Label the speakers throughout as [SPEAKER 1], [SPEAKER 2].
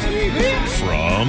[SPEAKER 1] From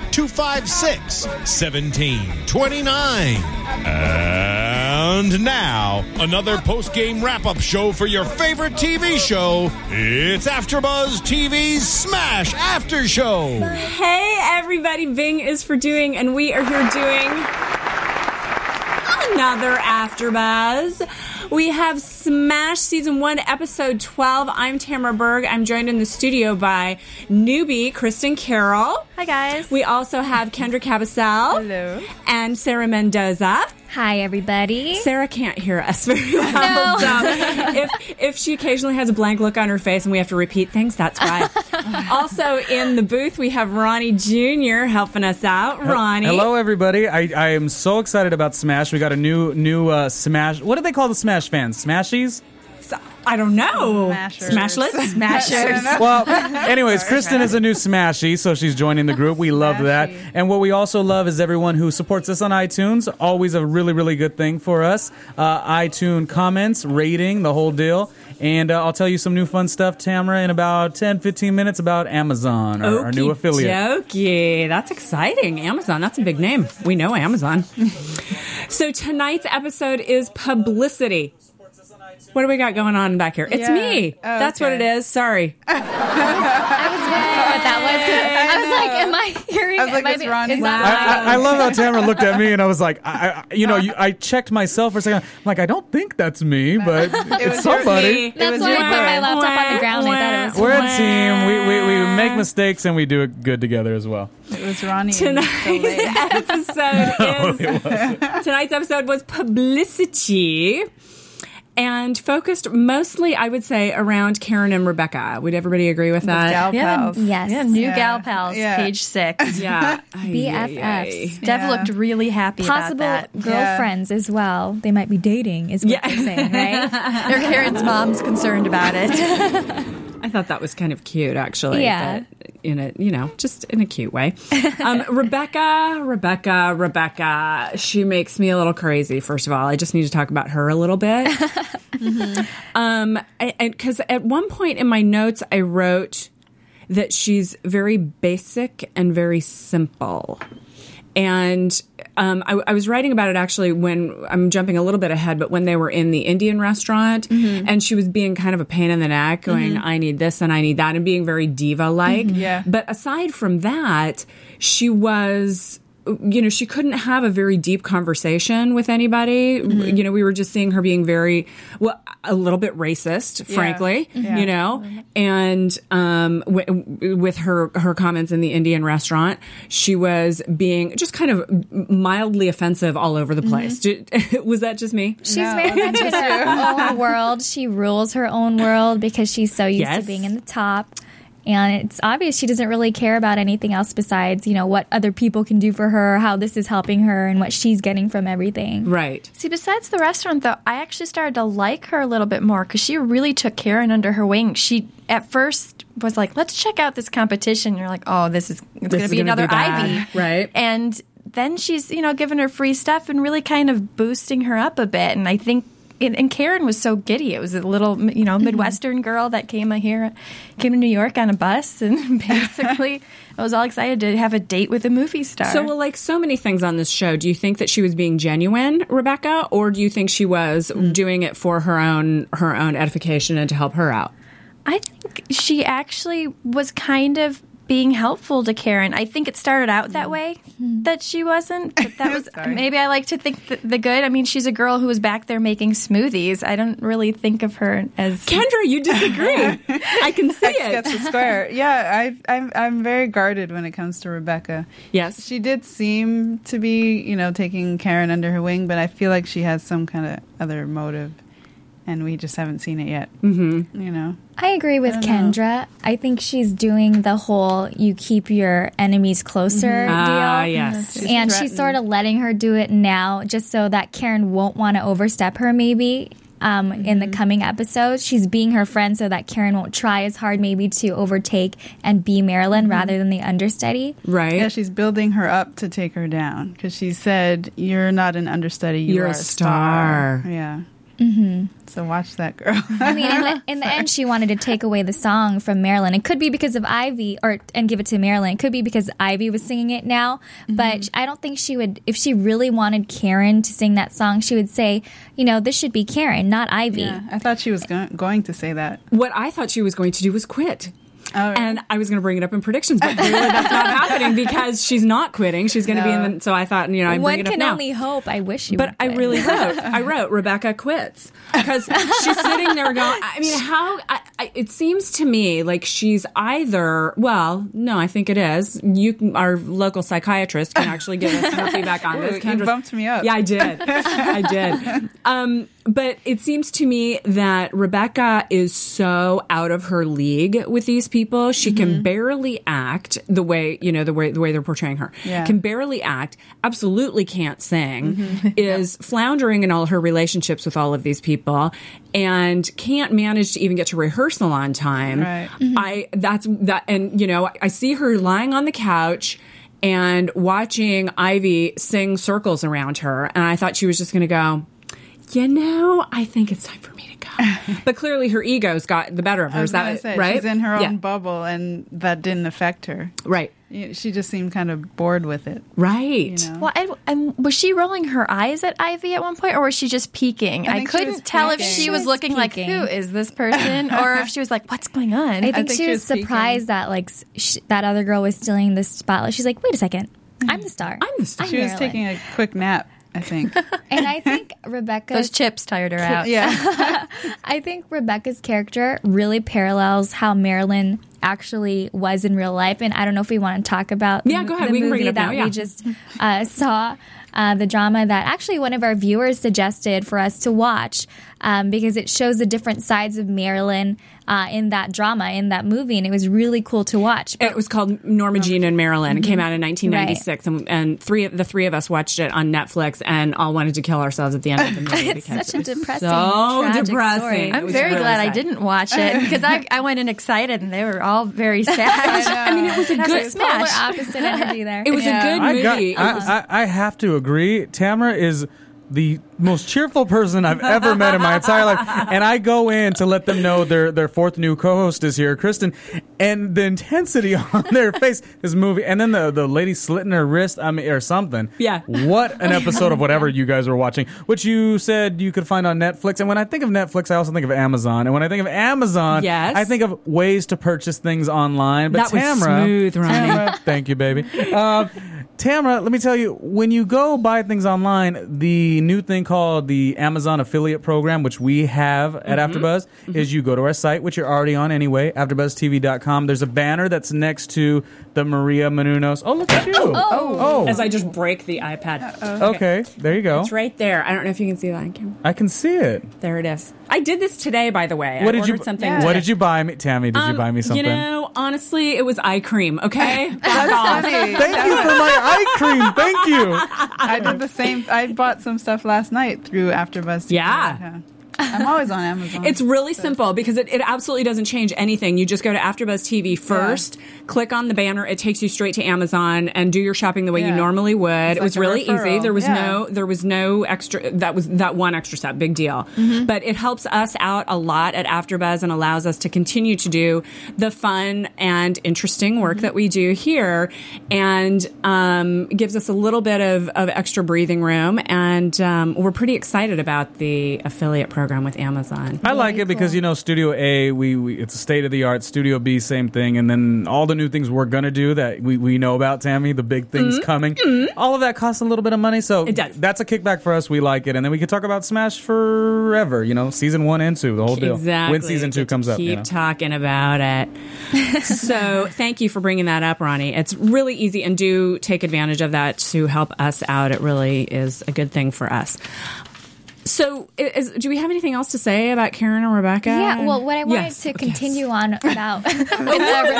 [SPEAKER 1] 256 1729. And now, another post game wrap up show for your favorite TV show. It's AfterBuzz TV's Smash After Show.
[SPEAKER 2] Hey, everybody, Bing is for doing, and we are here doing another AfterBuzz. We have Smash Season 1, Episode 12. I'm Tamara Berg. I'm joined in the studio by newbie Kristen Carroll.
[SPEAKER 3] Hi guys.
[SPEAKER 2] We also have Kendra Cabasal.
[SPEAKER 3] Hello.
[SPEAKER 2] And Sarah Mendoza.
[SPEAKER 3] Hi everybody.
[SPEAKER 2] Sarah can't hear us very well. so if, if she occasionally has a blank look on her face and we have to repeat things, that's why. also in the booth, we have Ronnie Jr. helping us out. Ronnie.
[SPEAKER 4] Hello, everybody. I, I am so excited about Smash. We got a new new uh, Smash. What do they call the Smash fans? Smashies?
[SPEAKER 2] I don't know.
[SPEAKER 3] Smashers.
[SPEAKER 2] Smashlets? Smashers.
[SPEAKER 4] Well, anyways, Kristen is a new Smashie, so she's joining the group. We love that. And what we also love is everyone who supports us on iTunes. Always a really, really good thing for us. Uh, iTunes comments, rating, the whole deal. And uh, I'll tell you some new fun stuff, Tamara, in about 10, 15 minutes about Amazon, our, our new
[SPEAKER 2] Okie
[SPEAKER 4] affiliate.
[SPEAKER 2] dokie. That's exciting. Amazon, that's a big name. We know Amazon. so tonight's episode is publicity. What do we got going on back here? It's
[SPEAKER 5] Yeah.
[SPEAKER 2] me.
[SPEAKER 5] Oh,
[SPEAKER 2] That's what it
[SPEAKER 5] okay.
[SPEAKER 2] is. Sorry.
[SPEAKER 3] I was wondering what that was. 'cause I was like, am I hearing?
[SPEAKER 5] I was like,
[SPEAKER 3] am
[SPEAKER 5] it's
[SPEAKER 3] be-
[SPEAKER 5] Ronnie.
[SPEAKER 3] is
[SPEAKER 2] Wow.
[SPEAKER 3] that-
[SPEAKER 4] I, I, I love how
[SPEAKER 5] Um,
[SPEAKER 4] Tamara looked at me, and I was like, I, I you know, you, I checked myself for a second. I'm like, I don't think that's me, but it's
[SPEAKER 5] was your-
[SPEAKER 4] somebody.
[SPEAKER 5] It
[SPEAKER 3] That's
[SPEAKER 5] was
[SPEAKER 3] why I
[SPEAKER 5] your
[SPEAKER 3] put my
[SPEAKER 5] turn.
[SPEAKER 3] laptop on the ground. I thought it was.
[SPEAKER 4] We're a team. We, we, we make mistakes and we do it good together as well.
[SPEAKER 5] It was Ronnie.
[SPEAKER 2] Tonight's episode is tonight's episode was publicity and focused mostly, I would say, around Karen and Rebecca. Would everybody agree with that?
[SPEAKER 5] Gal pals.
[SPEAKER 3] Yes. Yeah, new
[SPEAKER 5] gal pals, Yeah. page
[SPEAKER 3] six.
[SPEAKER 2] Yeah.
[SPEAKER 6] BFFs.
[SPEAKER 5] Dev Yeah. looked
[SPEAKER 6] really happy
[SPEAKER 3] Possible girlfriends as well. They might be dating, is what
[SPEAKER 2] Yeah.
[SPEAKER 3] they're saying, right?
[SPEAKER 6] Their Karen's mom's concerned about it.
[SPEAKER 2] I thought that was kind of cute, actually.
[SPEAKER 3] Yeah.
[SPEAKER 2] that in a you know just in a cute way. Um, Rebecca, Rebecca, Rebecca. She makes me a little crazy. First of all, I just need to talk about her a little bit. Um, because at one point in my notes, I wrote that she's very basic and very simple. And um, I, I was writing about it actually when I'm jumping a little bit ahead, but when they were in the Indian restaurant and she was being kind of a pain in the neck, going, I need this and I need that, and being very diva like.
[SPEAKER 5] Yeah.
[SPEAKER 2] But aside from that, she was. You know, she couldn't have a very deep conversation with anybody.
[SPEAKER 5] Mm-hmm.
[SPEAKER 2] You know, we were just seeing her being very, well, a little bit racist, frankly.
[SPEAKER 5] Yeah. Mm-hmm.
[SPEAKER 2] You know, and um, w- w- with her her comments in the Indian restaurant, she was being just kind of mildly offensive all over
[SPEAKER 5] Mm-hmm.
[SPEAKER 2] the place. Did- was that just me?
[SPEAKER 3] She's very much in her own world. She rules her own world because she's so used
[SPEAKER 2] Yes.
[SPEAKER 3] to being in the top. And it's obvious she doesn't really care about anything else besides, you know, what other people can do for her, how this is helping her, and what she's getting from everything.
[SPEAKER 2] Right.
[SPEAKER 6] See, besides the restaurant, though, I actually started to like her a little bit more because she really took Karen under her wing. She at first was like, "Let's check out this competition." You're like, "Oh, this is it's going to
[SPEAKER 2] is
[SPEAKER 6] be
[SPEAKER 2] gonna be
[SPEAKER 6] another
[SPEAKER 2] bad."
[SPEAKER 6] Ivy,
[SPEAKER 2] Right.
[SPEAKER 6] And then she's you know giving her free stuff and really kind of boosting her up a bit. And I think. And and Karen was so giddy. It was a little, you know, Midwestern girl that came here, came to New York on a bus, and basically, I was all excited to have a date with a movie star.
[SPEAKER 2] So, well, like so many things on this show, do you think that she was being genuine, Rebecca, or do you think she was doing it for her own her own edification and to help her out?
[SPEAKER 6] I think she actually was kind of being helpful to Karen. I think it started out that way that she wasn't, but that was maybe I like to think the, the good. I mean, she's a girl who was back there making smoothies. I don't really think of her as
[SPEAKER 2] Kendra, you disagree. I can see it.
[SPEAKER 5] That's the square. Yeah, I, I'm I'm very guarded when it comes to Rebecca.
[SPEAKER 2] Yes.
[SPEAKER 5] she did seem to be, you know, taking Karen under her wing, but I feel like she has some kind of other motive, and we just haven't seen it yet. Mm-hmm. You know,
[SPEAKER 3] I agree with Kendra. I think she's doing the whole you keep your enemies closer deal.
[SPEAKER 2] Ah, yes.
[SPEAKER 3] and she's sort of letting her do it now just so that Karen won't want to overstep her maybe. Um, In the coming episodes, she's being her friend so that Karen won't try as hard, maybe, to overtake and be Marilyn rather than the understudy.
[SPEAKER 2] Right.
[SPEAKER 5] yeah, she's building her up to take her down because she said, "You're not an understudy. You
[SPEAKER 2] You're
[SPEAKER 5] are
[SPEAKER 2] a
[SPEAKER 5] a star."
[SPEAKER 2] star.
[SPEAKER 5] Yeah. Mm-hmm. So watch that girl.
[SPEAKER 3] I mean, in the, in the end, she wanted to take away the song from Marilyn. It could be because of Ivy, or and give it to Marilyn. It could be because Ivy was singing it now. But I don't think she would. If she really wanted Karen to sing that song, she would say, you know, this should be Karen, not Ivy.
[SPEAKER 5] Yeah, I thought she was go- going to say that.
[SPEAKER 2] what I thought she was going to do was quit. And I was going to bring it up in predictions, but clearly that's not happening because she's not quitting. She's going to be in the. So I thought, you know, I bring
[SPEAKER 3] One
[SPEAKER 2] it up
[SPEAKER 3] can
[SPEAKER 2] now.
[SPEAKER 3] only hope. I wish you.
[SPEAKER 2] but
[SPEAKER 3] would
[SPEAKER 2] I
[SPEAKER 3] quit.
[SPEAKER 2] really wrote. I wrote Rebecca quits because she's sitting there going. I mean, how? I, I, it seems to me like she's either. Well, no, I think it is. You, can- our local psychiatrist, can actually give us her feedback on
[SPEAKER 5] Ooh, you
[SPEAKER 2] this. Kendra's-
[SPEAKER 5] bumped me up.
[SPEAKER 2] Yeah, I did. I did. Um, but it seems to me that Rebecca is so out of her league with these people. She can barely act the way you know the way the way they're portraying her.
[SPEAKER 5] Yeah.
[SPEAKER 2] Can barely act. Absolutely can't sing. Is floundering in all her relationships with all of these people, and can't manage to even get to rehearsal on time.
[SPEAKER 5] Right.
[SPEAKER 2] I that's that, and you know, I see her lying on the couch and watching Ivy sing circles around her, and I thought she was just going to go. You know, I think it's time for me to go. but clearly, her ego's got the better of her. Is
[SPEAKER 5] I was
[SPEAKER 2] that
[SPEAKER 5] gonna say,
[SPEAKER 2] right?
[SPEAKER 5] She's in her own
[SPEAKER 2] Yeah.
[SPEAKER 5] bubble, and that didn't affect her.
[SPEAKER 2] Right.
[SPEAKER 5] You- She just seemed kind of bored with it.
[SPEAKER 2] Right.
[SPEAKER 6] Well, I, and was she rolling her eyes at Ivy at one point, or was she just peeking?
[SPEAKER 5] I
[SPEAKER 6] I,
[SPEAKER 5] think she was
[SPEAKER 6] couldn't tell if
[SPEAKER 5] peeking.
[SPEAKER 6] she
[SPEAKER 3] She
[SPEAKER 6] was
[SPEAKER 3] was
[SPEAKER 6] looking
[SPEAKER 3] peeking.
[SPEAKER 6] like, "Who is this person?" or if she was like, "What's going on?"
[SPEAKER 3] I think,
[SPEAKER 5] think
[SPEAKER 3] she,
[SPEAKER 5] she
[SPEAKER 3] was,
[SPEAKER 5] was peeking.
[SPEAKER 3] surprised that like s- sh- that other girl was stealing the spotlight. She's like, wait a second, I'm the star. I'm
[SPEAKER 2] the star."
[SPEAKER 5] She was
[SPEAKER 3] Marilyn."
[SPEAKER 5] taking a quick nap, I think.
[SPEAKER 3] and I think Rebecca.
[SPEAKER 6] Those chips tired her out.
[SPEAKER 5] yeah.
[SPEAKER 3] I think Rebecca's character really parallels how Marilyn actually was in real life, and I don't know if we want to talk about
[SPEAKER 2] Yeah,
[SPEAKER 3] the,
[SPEAKER 2] go ahead.
[SPEAKER 3] the
[SPEAKER 2] We can bring
[SPEAKER 3] movie
[SPEAKER 2] it up
[SPEAKER 3] that
[SPEAKER 2] now, yeah.
[SPEAKER 3] we just uh, saw. Uh, the drama that actually one of our viewers suggested for us to watch um, because it shows the different sides of Marilyn uh, in that drama in that movie and it was really cool to watch. But
[SPEAKER 2] It was called Norma Jean and Marilyn. It came
[SPEAKER 5] Mm-hmm.
[SPEAKER 2] out in 1996, and, and three of the three of us watched it on Netflix, and all wanted to kill ourselves at the end of the movie. because
[SPEAKER 3] such a depressing,
[SPEAKER 2] so
[SPEAKER 3] tragic
[SPEAKER 2] depressing.
[SPEAKER 3] story.
[SPEAKER 2] It
[SPEAKER 6] I'm
[SPEAKER 2] was
[SPEAKER 6] very
[SPEAKER 2] really
[SPEAKER 6] glad I
[SPEAKER 2] sad.
[SPEAKER 6] didn't watch it because I, I went in excited and they were all very sad. I, mean, it was a
[SPEAKER 2] good-
[SPEAKER 3] Polar
[SPEAKER 6] smash.
[SPEAKER 3] opposite energy there.
[SPEAKER 2] It was a
[SPEAKER 4] I,
[SPEAKER 2] good
[SPEAKER 4] got,
[SPEAKER 2] movie. It was-
[SPEAKER 4] I, I, I have to agree. Tamara is the most cheerful person I've ever met in my entire life. And I go in to let them know their, their fourth new co host is here, Kristen. And the intensity on their face, this movie, and then the, the lady slitting her wrist I mean, or something.
[SPEAKER 2] Yeah.
[SPEAKER 4] What an episode of whatever you guys were watching, which you said you could find on Netflix. And when I think of Netflix, I also think of Amazon. And when I think of Amazon,
[SPEAKER 2] Yes.
[SPEAKER 4] I think of ways to purchase things online. But
[SPEAKER 2] That was
[SPEAKER 4] Tamara,
[SPEAKER 2] smooth, Ronnie.
[SPEAKER 4] Tamara, thank you, baby. Um, Tamara, let me tell you, when you go buy things online, the new thing called the Amazon affiliate program, which we have at
[SPEAKER 2] Mm-hmm.
[SPEAKER 4] AfterBuzz, is you go to our site, which you're already on anyway, AfterBuzzTV.com. There's a banner that's next to the Maria Menounos. Oh, look at you! Oh, oh.
[SPEAKER 2] as I just break the iPad.
[SPEAKER 4] okay, there you go.
[SPEAKER 2] It's right there. I don't know if you can see that on camera.
[SPEAKER 4] I can see it.
[SPEAKER 2] There it is. I did this today, by the way.
[SPEAKER 4] What
[SPEAKER 2] I
[SPEAKER 4] did you?
[SPEAKER 2] ordered Something.
[SPEAKER 4] What
[SPEAKER 2] today.
[SPEAKER 4] did you buy me, Tammy? Did you
[SPEAKER 2] Um,
[SPEAKER 4] buy me something?
[SPEAKER 2] You know, honestly, it was eye cream. Okay, that's all.
[SPEAKER 4] Thank you for my eye cream. Thank you.
[SPEAKER 5] I did the same. I bought some stuff last night through AfterBuzz. TV.
[SPEAKER 2] Yeah.
[SPEAKER 5] I'm always on Amazon.
[SPEAKER 2] It's really simple because it, it absolutely doesn't change anything. You just go to AfterBuzz TV first, click on the banner, it takes you straight to Amazon, and do your shopping the way you
[SPEAKER 5] Yeah.
[SPEAKER 2] normally would.
[SPEAKER 5] It's
[SPEAKER 2] it was
[SPEAKER 5] like a
[SPEAKER 2] really easy.
[SPEAKER 5] referral.
[SPEAKER 2] There was
[SPEAKER 5] Yeah.
[SPEAKER 2] no there was no extra that was that one extra step, big deal.
[SPEAKER 5] Mm-hmm.
[SPEAKER 2] But it helps us out a lot at AfterBuzz and allows us to continue to do the fun and interesting work
[SPEAKER 5] Mm-hmm.
[SPEAKER 2] that we do here, and um, gives us a little bit of, of extra breathing room. And um, we're pretty excited about the affiliate program with Amazon.
[SPEAKER 4] I like it because you know Studio A, we, we it's a state of the art. Studio B, same thing, and then all the new things we're gonna do that we, we know about Tammy, the big things coming. All of that costs a little bit of money, so
[SPEAKER 2] Mm-hmm. It does.
[SPEAKER 4] That's a kickback for us. We like it, and then we can talk about Smash forever. You know, season one and two, the whole deal.
[SPEAKER 2] Exactly.
[SPEAKER 4] When season two
[SPEAKER 2] Just
[SPEAKER 4] comes up,
[SPEAKER 2] Keep
[SPEAKER 4] you know.
[SPEAKER 2] talking about it. so, thank you for bringing that up, Ronnie. It's really easy, and do take advantage of that to help us out. It really is a good thing for us. So, i- is, do we have anything else to say about Karen or Rebecca?
[SPEAKER 3] Yeah, well, what I wanted
[SPEAKER 2] um, Yes.
[SPEAKER 3] to
[SPEAKER 2] Okay.
[SPEAKER 3] continue on about.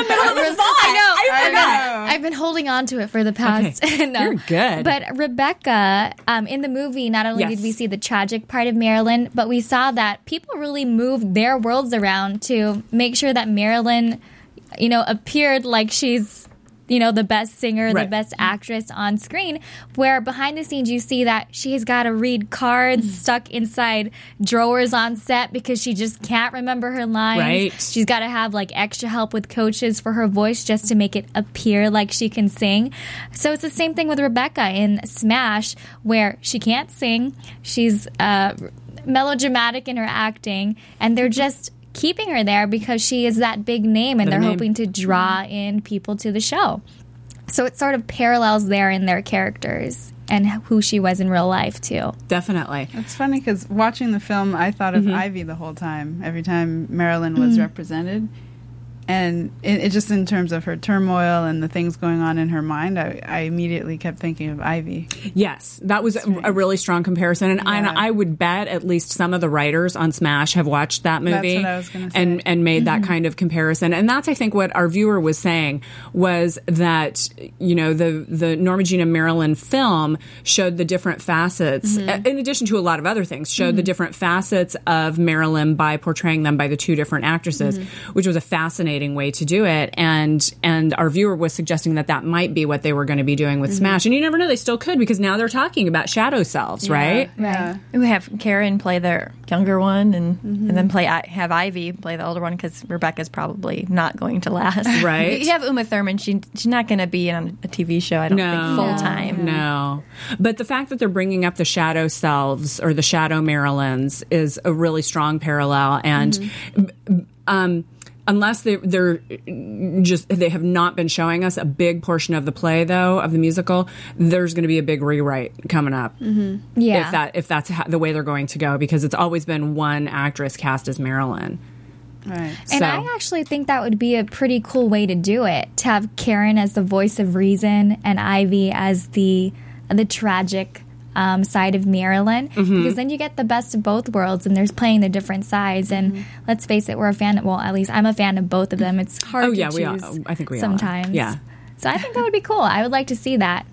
[SPEAKER 3] I know. I forgot. I've been holding on to it for the past.
[SPEAKER 2] Okay.
[SPEAKER 3] no.
[SPEAKER 2] You're good.
[SPEAKER 3] But Rebecca, um, in the movie, not only
[SPEAKER 2] Yes.
[SPEAKER 3] did we see the tragic part of Marilyn, but we saw that people really moved their worlds around to make sure that Marilyn, you know, appeared like she's. You know, the best singer, the
[SPEAKER 2] Right.
[SPEAKER 3] best actress on screen, where behind the scenes you see that she has got to read
[SPEAKER 2] Mm-hmm.
[SPEAKER 3] cards stuck inside drawers on set because she just can't remember her lines.
[SPEAKER 2] Right.
[SPEAKER 3] She She's got to have like extra help with coaches for her voice just to make it appear like she can sing. So it's the same thing with Rebecca in Smash, where she can't sing. She's uh, melodramatic in her acting, and they're just keeping her there because she is that big name, and
[SPEAKER 2] Big
[SPEAKER 3] they're
[SPEAKER 2] name.
[SPEAKER 3] hoping to draw in people to the show. So it sort of parallels there in their characters and who she was in real life too.
[SPEAKER 2] Definitely.
[SPEAKER 5] It's funny because watching the film, I thought
[SPEAKER 2] Mm-hmm.
[SPEAKER 5] of Ivy the whole time. Every time Marilyn
[SPEAKER 2] Mm.
[SPEAKER 5] was represented, and it, it just in terms of her turmoil and the things going on in her mind, I, I immediately kept thinking of Ivy.
[SPEAKER 2] Yes, that was a, a really strong comparison, and, I, and
[SPEAKER 5] Yeah.
[SPEAKER 2] I would bet at least some of the writers on Smash have watched that movie
[SPEAKER 5] what I was gonna say.
[SPEAKER 2] and and made that kind of comparison. And that's I think what our viewer was saying was that you know the the Norma Jean and Marilyn film showed the different facets, uh, in addition to a lot of other things, showed the different facets of Marilyn by portraying them by the two different actresses, which was a fascinating way to do it. And and our viewer was suggesting that that might be what they were going to be doing with Smash, and you never know, they still could because now they're talking about shadow selves, right?
[SPEAKER 3] Right.
[SPEAKER 6] We have Karen play the younger one, and and then play I- have Ivy play the older one because Rebecca's probably not going to last.
[SPEAKER 2] Right.
[SPEAKER 6] You have Uma Thurman; she she's not going to be on a TV show. I don't
[SPEAKER 2] No.
[SPEAKER 6] think full time.
[SPEAKER 2] No. But the fact that they're bringing up the shadow selves or the shadow Marilyns is a really strong parallel. And um, unless they, they're just, they have not been showing us a big portion of the play, though, of the musical, there's going to be a big rewrite coming up.
[SPEAKER 3] Yeah.
[SPEAKER 2] If that if that's ho- the way they're going to go, because it's always been one actress cast as Marilyn.
[SPEAKER 5] Right.
[SPEAKER 3] And
[SPEAKER 2] So-
[SPEAKER 3] I actually think that would be a pretty cool way to do it to have Karen as the voice of reason and Ivy as the the tragic um, side of Marilyn
[SPEAKER 2] Mm-hmm.
[SPEAKER 3] because then you get the best of both worlds and there's playing the different sides and let's face it we're a fan well at least I'm a fan of both of them it's
[SPEAKER 2] Mm-hmm.
[SPEAKER 3] hard
[SPEAKER 2] Oh,
[SPEAKER 3] to
[SPEAKER 2] yeah, we all-
[SPEAKER 3] choose
[SPEAKER 2] I think we all are.
[SPEAKER 3] sometimes
[SPEAKER 2] Yeah.
[SPEAKER 3] so I think that would be cool I would like to see that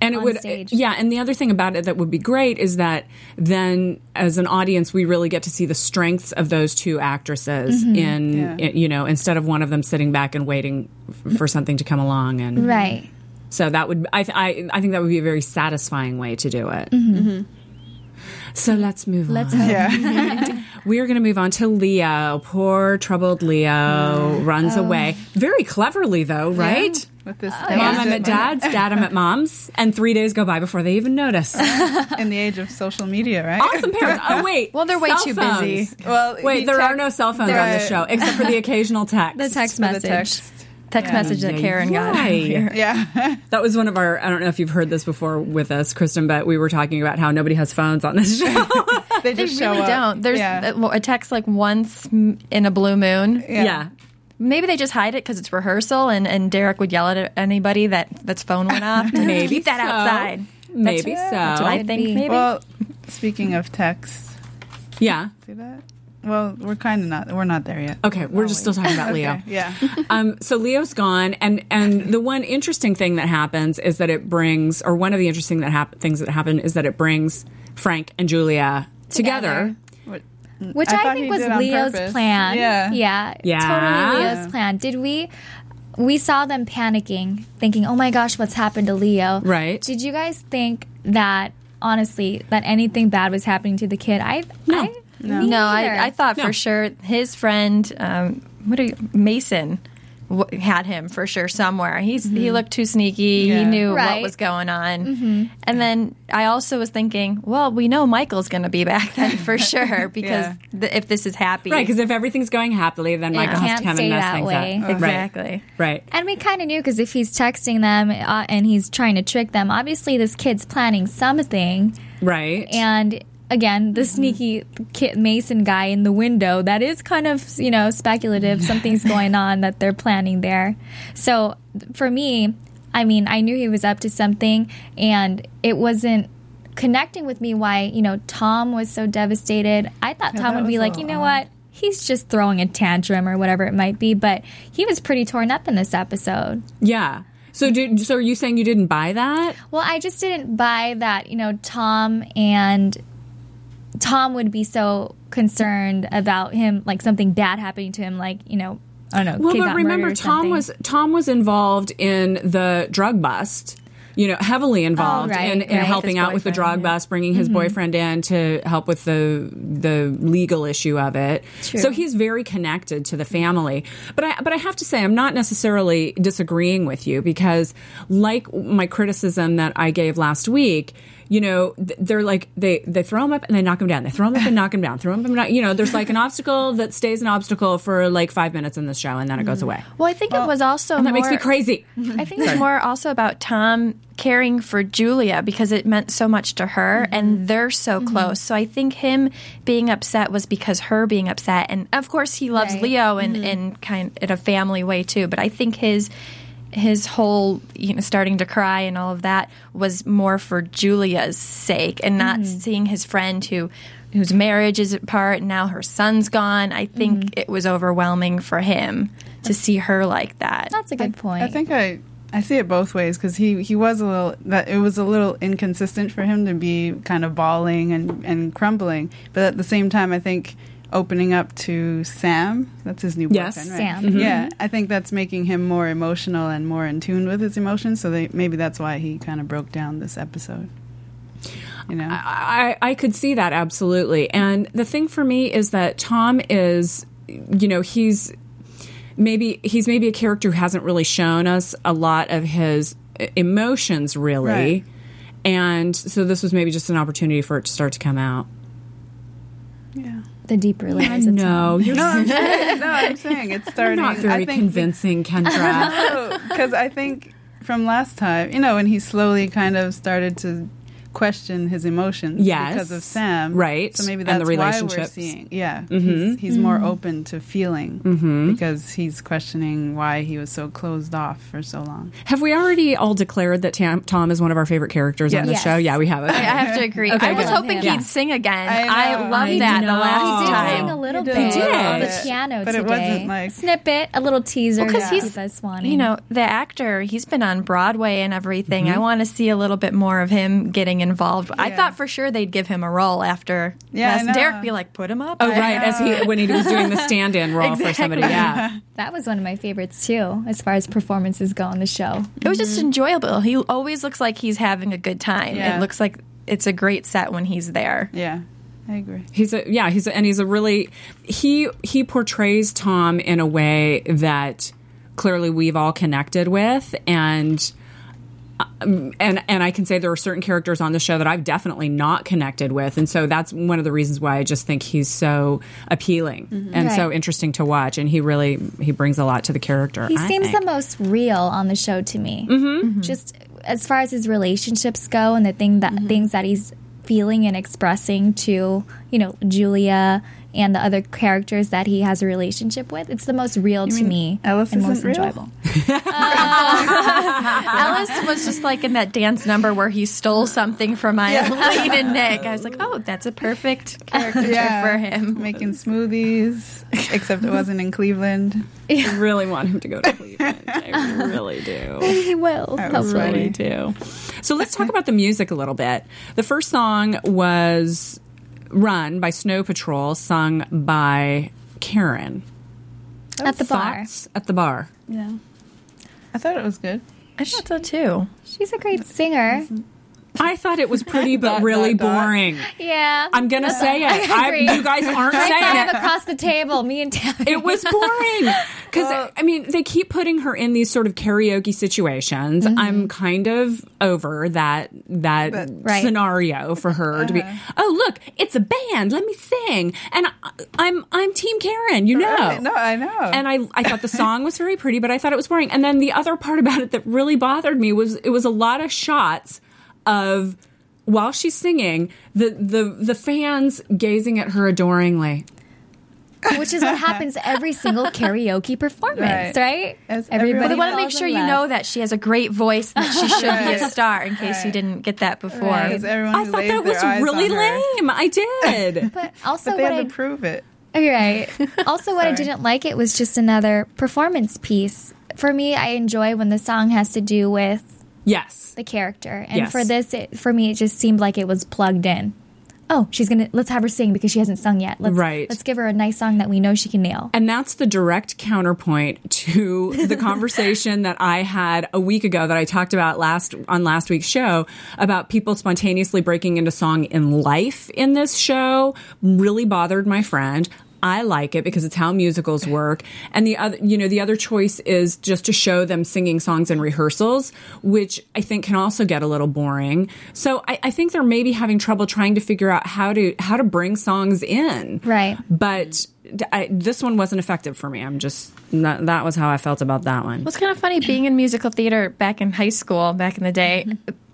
[SPEAKER 2] and it
[SPEAKER 3] on
[SPEAKER 2] would uh,
[SPEAKER 3] stage.
[SPEAKER 2] yeah and the other thing about it that would be great is that then as an audience we really get to see the strengths of those two actresses
[SPEAKER 3] Mm-hmm.
[SPEAKER 2] in, in- you know instead of one of them sitting back and waiting f- for something to come along and
[SPEAKER 3] right
[SPEAKER 2] so that would I, th- I i think that would be a very satisfying way to do it so let's move
[SPEAKER 3] Mm-hmm. let's
[SPEAKER 2] on
[SPEAKER 3] hope.
[SPEAKER 2] we're going to move on to leo poor troubled leo runs
[SPEAKER 3] Oh.
[SPEAKER 2] away very cleverly though right
[SPEAKER 5] With this,
[SPEAKER 2] Mom, I'm at dad's, dad, I'm at mom's, and three days go by before they even notice.
[SPEAKER 5] in the age of social media, right?
[SPEAKER 2] awesome parents. Oh wait.
[SPEAKER 6] Well, they're way
[SPEAKER 2] Cell
[SPEAKER 6] too busy.
[SPEAKER 2] phones.
[SPEAKER 5] Well,
[SPEAKER 2] Wait,
[SPEAKER 5] he
[SPEAKER 2] there
[SPEAKER 5] tec-
[SPEAKER 2] are no cell phones on
[SPEAKER 5] Right.
[SPEAKER 2] this show except for the occasional text.
[SPEAKER 3] the text
[SPEAKER 5] For the
[SPEAKER 3] message
[SPEAKER 5] text.
[SPEAKER 6] Text message that Karen got.
[SPEAKER 2] Yay.
[SPEAKER 5] Yeah.
[SPEAKER 2] That was one of our. I don't know if you've heard this before with us, Kristen, but we were talking about how nobody has phones on this show.
[SPEAKER 5] they
[SPEAKER 6] They
[SPEAKER 5] just show
[SPEAKER 6] really
[SPEAKER 5] up.
[SPEAKER 6] don't. There's
[SPEAKER 5] yeah.
[SPEAKER 6] a, a text like once m- in a blue moon.
[SPEAKER 2] yeah.
[SPEAKER 6] Maybe they just hide it because it's rehearsal, and, and Derek would yell at anybody that that's phone went off. to
[SPEAKER 2] Maybe
[SPEAKER 6] keep that
[SPEAKER 2] so.
[SPEAKER 6] outside.
[SPEAKER 2] Maybe so.
[SPEAKER 6] That's what I
[SPEAKER 3] Could
[SPEAKER 6] think.
[SPEAKER 3] be.
[SPEAKER 6] Maybe.
[SPEAKER 5] well, speaking of text,
[SPEAKER 2] Yeah.
[SPEAKER 5] do that. Well, we're kind of not. We're not there yet.
[SPEAKER 2] Okay, we're just still talking about Leo.
[SPEAKER 5] Yeah.
[SPEAKER 2] um, so Leo's gone, and and the one interesting thing that happens is that it brings, or one of the interesting that hap- things that happen is that it brings Frank and Julia together.
[SPEAKER 3] Together.
[SPEAKER 5] What-
[SPEAKER 3] Which
[SPEAKER 5] I
[SPEAKER 3] I,
[SPEAKER 5] thought
[SPEAKER 3] think
[SPEAKER 5] he
[SPEAKER 3] was
[SPEAKER 5] did on
[SPEAKER 3] Leo's
[SPEAKER 5] purpose.
[SPEAKER 3] plan.
[SPEAKER 5] Yeah.
[SPEAKER 3] Yeah.
[SPEAKER 2] Yeah.
[SPEAKER 3] Totally Leo's plan. Did we we saw them panicking, thinking, Oh my gosh, what's happened to Leo?
[SPEAKER 2] Right.
[SPEAKER 3] Did you guys think that honestly, that anything bad was happening to the kid? I
[SPEAKER 2] No.
[SPEAKER 3] I
[SPEAKER 6] no,
[SPEAKER 3] neither.
[SPEAKER 6] I, I thought
[SPEAKER 2] No.
[SPEAKER 6] for sure his friend, um, what are you, Mason, w- had him for sure somewhere. He's
[SPEAKER 2] Mm-hmm.
[SPEAKER 6] he looked too sneaky. He
[SPEAKER 5] Yeah.
[SPEAKER 6] knew what
[SPEAKER 3] Right.
[SPEAKER 6] was going on. And then I also was thinking, well, we know Michael's going to be back then for sure because th- if this is happy,
[SPEAKER 2] Right, because if everything's going happily, then Michael has
[SPEAKER 3] can't
[SPEAKER 2] to come
[SPEAKER 3] stay
[SPEAKER 2] and mess
[SPEAKER 3] that
[SPEAKER 2] things
[SPEAKER 3] way.
[SPEAKER 2] up.
[SPEAKER 6] exactly.
[SPEAKER 2] Right.
[SPEAKER 3] And we kind of knew because if he's texting them uh, and he's trying to trick them, obviously this kid's planning something.
[SPEAKER 2] Right.
[SPEAKER 3] And again,
[SPEAKER 5] Mm-hmm.
[SPEAKER 3] the sneaky kid Mason guy in the window, that is kind of, you know, speculative. Something's going on that they're planning there. So for me, I mean, I knew he was up to something and it wasn't connecting with me why, you know, Tom was so devastated. I thought Tom
[SPEAKER 5] that
[SPEAKER 3] would be
[SPEAKER 5] was a
[SPEAKER 3] like, you know
[SPEAKER 5] little
[SPEAKER 3] what? He's just throwing a tantrum or whatever it might be, but he was pretty torn up in this episode.
[SPEAKER 2] yeah. So, do, so are you saying you didn't buy that?
[SPEAKER 3] Well, I just didn't buy that, you know, Tom and Tom would be so concerned about him, like something bad happening to him, like, you know, I don't know.
[SPEAKER 2] Well,
[SPEAKER 3] kid
[SPEAKER 2] but
[SPEAKER 3] got
[SPEAKER 2] remember,
[SPEAKER 3] murdered or
[SPEAKER 2] Tom
[SPEAKER 3] something.
[SPEAKER 2] was Tom was involved in the drug bust. You know, heavily involved
[SPEAKER 3] right,
[SPEAKER 2] in, in
[SPEAKER 3] right.
[SPEAKER 2] helping
[SPEAKER 6] His
[SPEAKER 2] out with the drug
[SPEAKER 6] boyfriend, yeah. Mm-hmm.
[SPEAKER 2] bust, bringing his boyfriend in to help with the the legal issue of it. So he's very connected to the family. But I but I have to say, I'm not necessarily disagreeing with you because, like my criticism that I gave last week. You know, th- they're like they they throw him up and they knock him down. They throw him up and knock him down. Throw him up and knock. You know, there's like an obstacle that stays an obstacle for like five minutes in this show and then it goes away.
[SPEAKER 6] Well, I think it was also
[SPEAKER 2] And that makes me
[SPEAKER 6] Mm. more-
[SPEAKER 2] crazy.
[SPEAKER 6] I think it's more also about Tom caring for Julia because it meant so much to her and they're so close. So I think him being upset was because her being upset. And of course he loves
[SPEAKER 3] Right.
[SPEAKER 6] Leo and, and kind in a family way too. But I think his his whole you know starting to cry and all of that was more for Julia's sake and not seeing his friend who whose marriage is apart and now her son's gone. I think it was overwhelming for him to see her like that.
[SPEAKER 3] That's a good point.
[SPEAKER 5] I think I I see it both ways because he he was a little that it was a little inconsistent for him to be kind of bawling and and crumbling, but at the same time I think opening up to Sam that's his new
[SPEAKER 2] Yes. Mm-hmm.
[SPEAKER 5] boyfriend
[SPEAKER 3] Sam.
[SPEAKER 5] right?
[SPEAKER 3] Mhm.
[SPEAKER 5] yeah I think that's making him more emotional and more in tune with his emotions so they, maybe that's why he kind of broke down this episode you know
[SPEAKER 2] I, I could see that absolutely. And the thing for me is that Tom is, you know, he's maybe he's maybe a character who hasn't really shown us a lot of his uh, emotions really.
[SPEAKER 5] Right.
[SPEAKER 2] And so this was maybe just an opportunity for it to start to come out.
[SPEAKER 5] yeah
[SPEAKER 3] the deep realization.
[SPEAKER 2] No, you're not,
[SPEAKER 5] no I'm saying it's
[SPEAKER 2] you're
[SPEAKER 5] starting
[SPEAKER 2] not very
[SPEAKER 5] I think be-
[SPEAKER 2] convincing, Kendra.
[SPEAKER 5] because I think from last time, you know, when he slowly kind of started to question his emotions
[SPEAKER 2] Yes.
[SPEAKER 5] because of Sam,
[SPEAKER 2] Right.
[SPEAKER 5] So maybe
[SPEAKER 2] And the
[SPEAKER 5] that's why we're
[SPEAKER 2] relationships. Mm-hmm.
[SPEAKER 5] seeing, yeah, he's, he's more open to feeling because he's questioning why he was so closed off for so long.
[SPEAKER 2] have we already all declared that Tam, Tom is one of our favorite characters on the
[SPEAKER 3] Yes.
[SPEAKER 2] show? Yeah, we have.
[SPEAKER 6] I
[SPEAKER 2] Okay.
[SPEAKER 6] have to agree. I was hoping
[SPEAKER 3] Yeah.
[SPEAKER 6] he'd sing again.
[SPEAKER 5] I
[SPEAKER 6] I,
[SPEAKER 5] know.
[SPEAKER 6] love
[SPEAKER 2] I
[SPEAKER 6] that
[SPEAKER 2] know.
[SPEAKER 6] the last
[SPEAKER 2] He did
[SPEAKER 6] time.
[SPEAKER 3] Sing a little
[SPEAKER 5] He
[SPEAKER 3] bit
[SPEAKER 5] did.
[SPEAKER 3] on the
[SPEAKER 5] But-
[SPEAKER 3] piano
[SPEAKER 5] but it
[SPEAKER 3] today.
[SPEAKER 5] wasn't like-
[SPEAKER 3] snippet, a little teaser.
[SPEAKER 6] Because
[SPEAKER 3] that
[SPEAKER 6] he's,
[SPEAKER 3] us wanting.
[SPEAKER 6] you know, the actor. He's been on Broadway and everything. I want to see a little bit more of him getting involved. I
[SPEAKER 5] Yeah.
[SPEAKER 6] thought for sure they'd give him a role after.
[SPEAKER 5] Yeah, I
[SPEAKER 6] last-
[SPEAKER 5] know.
[SPEAKER 6] Derek be like, put him up.
[SPEAKER 2] Oh, right, as he when he was doing the stand-in role for somebody. Yeah,
[SPEAKER 3] that was one of my favorites too, as far as performances go on the show.
[SPEAKER 6] It was just enjoyable. He always looks like he's having a good time.
[SPEAKER 5] Yeah.
[SPEAKER 6] It looks like it's a great set when he's there.
[SPEAKER 5] Yeah, I agree.
[SPEAKER 2] He's a yeah, he's a, and he's a really he he portrays Tom in a way that clearly we've all connected with and um, and and I can say there are certain characters on the show that I've definitely not connected with and so that's one of the reasons why I just think he's so appealing and so
[SPEAKER 3] Mm-hmm. Right.
[SPEAKER 2] interesting to watch and he really he brings a lot to the character.
[SPEAKER 3] He
[SPEAKER 2] I
[SPEAKER 3] seems
[SPEAKER 2] think.
[SPEAKER 3] the most real on the show to me. Just as far as his relationships go, and the thing that things that he's feeling and expressing to you know Julia and the other characters that he has a relationship with, it's the most real to me
[SPEAKER 5] Ellis
[SPEAKER 3] and
[SPEAKER 5] isn't
[SPEAKER 3] most
[SPEAKER 5] real?
[SPEAKER 3] enjoyable.
[SPEAKER 6] Ellis was just like in that dance number where he stole something from my Eileen and Nick. I was like, oh, that's a perfect character for him.
[SPEAKER 5] making smoothies, except it wasn't in Cleveland.
[SPEAKER 2] I really want him to go to Cleveland. I really do.
[SPEAKER 3] He will.
[SPEAKER 5] was
[SPEAKER 3] hopefully.
[SPEAKER 5] funny.
[SPEAKER 2] really do. So let's talk about the music a little bit. The first song was Run by Snow Patrol, sung by Karen.
[SPEAKER 3] at the bar.
[SPEAKER 2] Thoughts at the bar.
[SPEAKER 5] Yeah, I thought it was good.
[SPEAKER 6] I thought so too.
[SPEAKER 3] She's a great singer.
[SPEAKER 2] I thought it was pretty but
[SPEAKER 5] Dot,
[SPEAKER 2] really
[SPEAKER 5] dot, dot.
[SPEAKER 2] boring.
[SPEAKER 3] Yeah,
[SPEAKER 2] I'm going to say it. I
[SPEAKER 3] agree.
[SPEAKER 2] you guys aren't
[SPEAKER 3] I
[SPEAKER 2] saying
[SPEAKER 3] saw him
[SPEAKER 2] it.
[SPEAKER 3] across the table. Me and Tabby.
[SPEAKER 2] It was boring. Because, I mean, they keep putting her in these sort of karaoke situations.
[SPEAKER 5] Mm-hmm.
[SPEAKER 2] I'm kind of over that that
[SPEAKER 3] Right.
[SPEAKER 2] scenario for her to be,
[SPEAKER 5] Uh-huh.
[SPEAKER 2] oh, look, it's a band. Let me sing. And I, I'm, I'm Team Karen, you know.
[SPEAKER 5] Right. No, I know.
[SPEAKER 2] And I, I thought the song was very pretty, but I thought it was boring. And then the other part about it that really bothered me was it was a lot of shots of while she's singing, the the the fans gazing at her adoringly.
[SPEAKER 3] which is what happens every single karaoke performance,
[SPEAKER 5] Right.
[SPEAKER 3] right?
[SPEAKER 5] As
[SPEAKER 3] Everybody
[SPEAKER 5] everyone- But
[SPEAKER 6] They want to
[SPEAKER 3] falls
[SPEAKER 6] make sure
[SPEAKER 3] in
[SPEAKER 6] you
[SPEAKER 3] love.
[SPEAKER 6] know that she has a great voice and that she should be a star in case you didn't get that before.
[SPEAKER 5] Because everyone
[SPEAKER 2] I
[SPEAKER 5] who
[SPEAKER 2] thought
[SPEAKER 5] lays
[SPEAKER 2] that
[SPEAKER 5] their
[SPEAKER 2] was
[SPEAKER 5] eyes
[SPEAKER 2] really
[SPEAKER 5] on her-
[SPEAKER 2] lame. I did.
[SPEAKER 3] But also,
[SPEAKER 5] But they
[SPEAKER 3] what
[SPEAKER 5] had
[SPEAKER 3] I
[SPEAKER 5] to prove it.
[SPEAKER 3] Okay, right. Also, what I didn't like it was just another performance piece. For me, I enjoy when the song has to do with
[SPEAKER 2] yes.
[SPEAKER 3] the character, and
[SPEAKER 2] Yes.
[SPEAKER 3] for this, it, for me, it just seemed like it was plugged in. Oh, she's gonna let's have her sing because she hasn't sung yet. Let's,
[SPEAKER 2] Right.
[SPEAKER 3] Let's give her a nice song that we know she can nail.
[SPEAKER 2] And that's the direct counterpoint to the conversation that I had a week ago that I talked about last on last week's show about people spontaneously breaking into song in life in this show really bothered my friend. I like it because it's how musicals work. And the other, you know, the other choice is just to show them singing songs in rehearsals, which I think can also get a little boring. So I, I think they're maybe having trouble trying to figure out how to how to bring songs in
[SPEAKER 3] Right.
[SPEAKER 2] but d I this one wasn't effective for me. I'm just that, that was how I felt about that one.
[SPEAKER 6] Well, it's kind of funny being in musical theater back in high school, back in the day.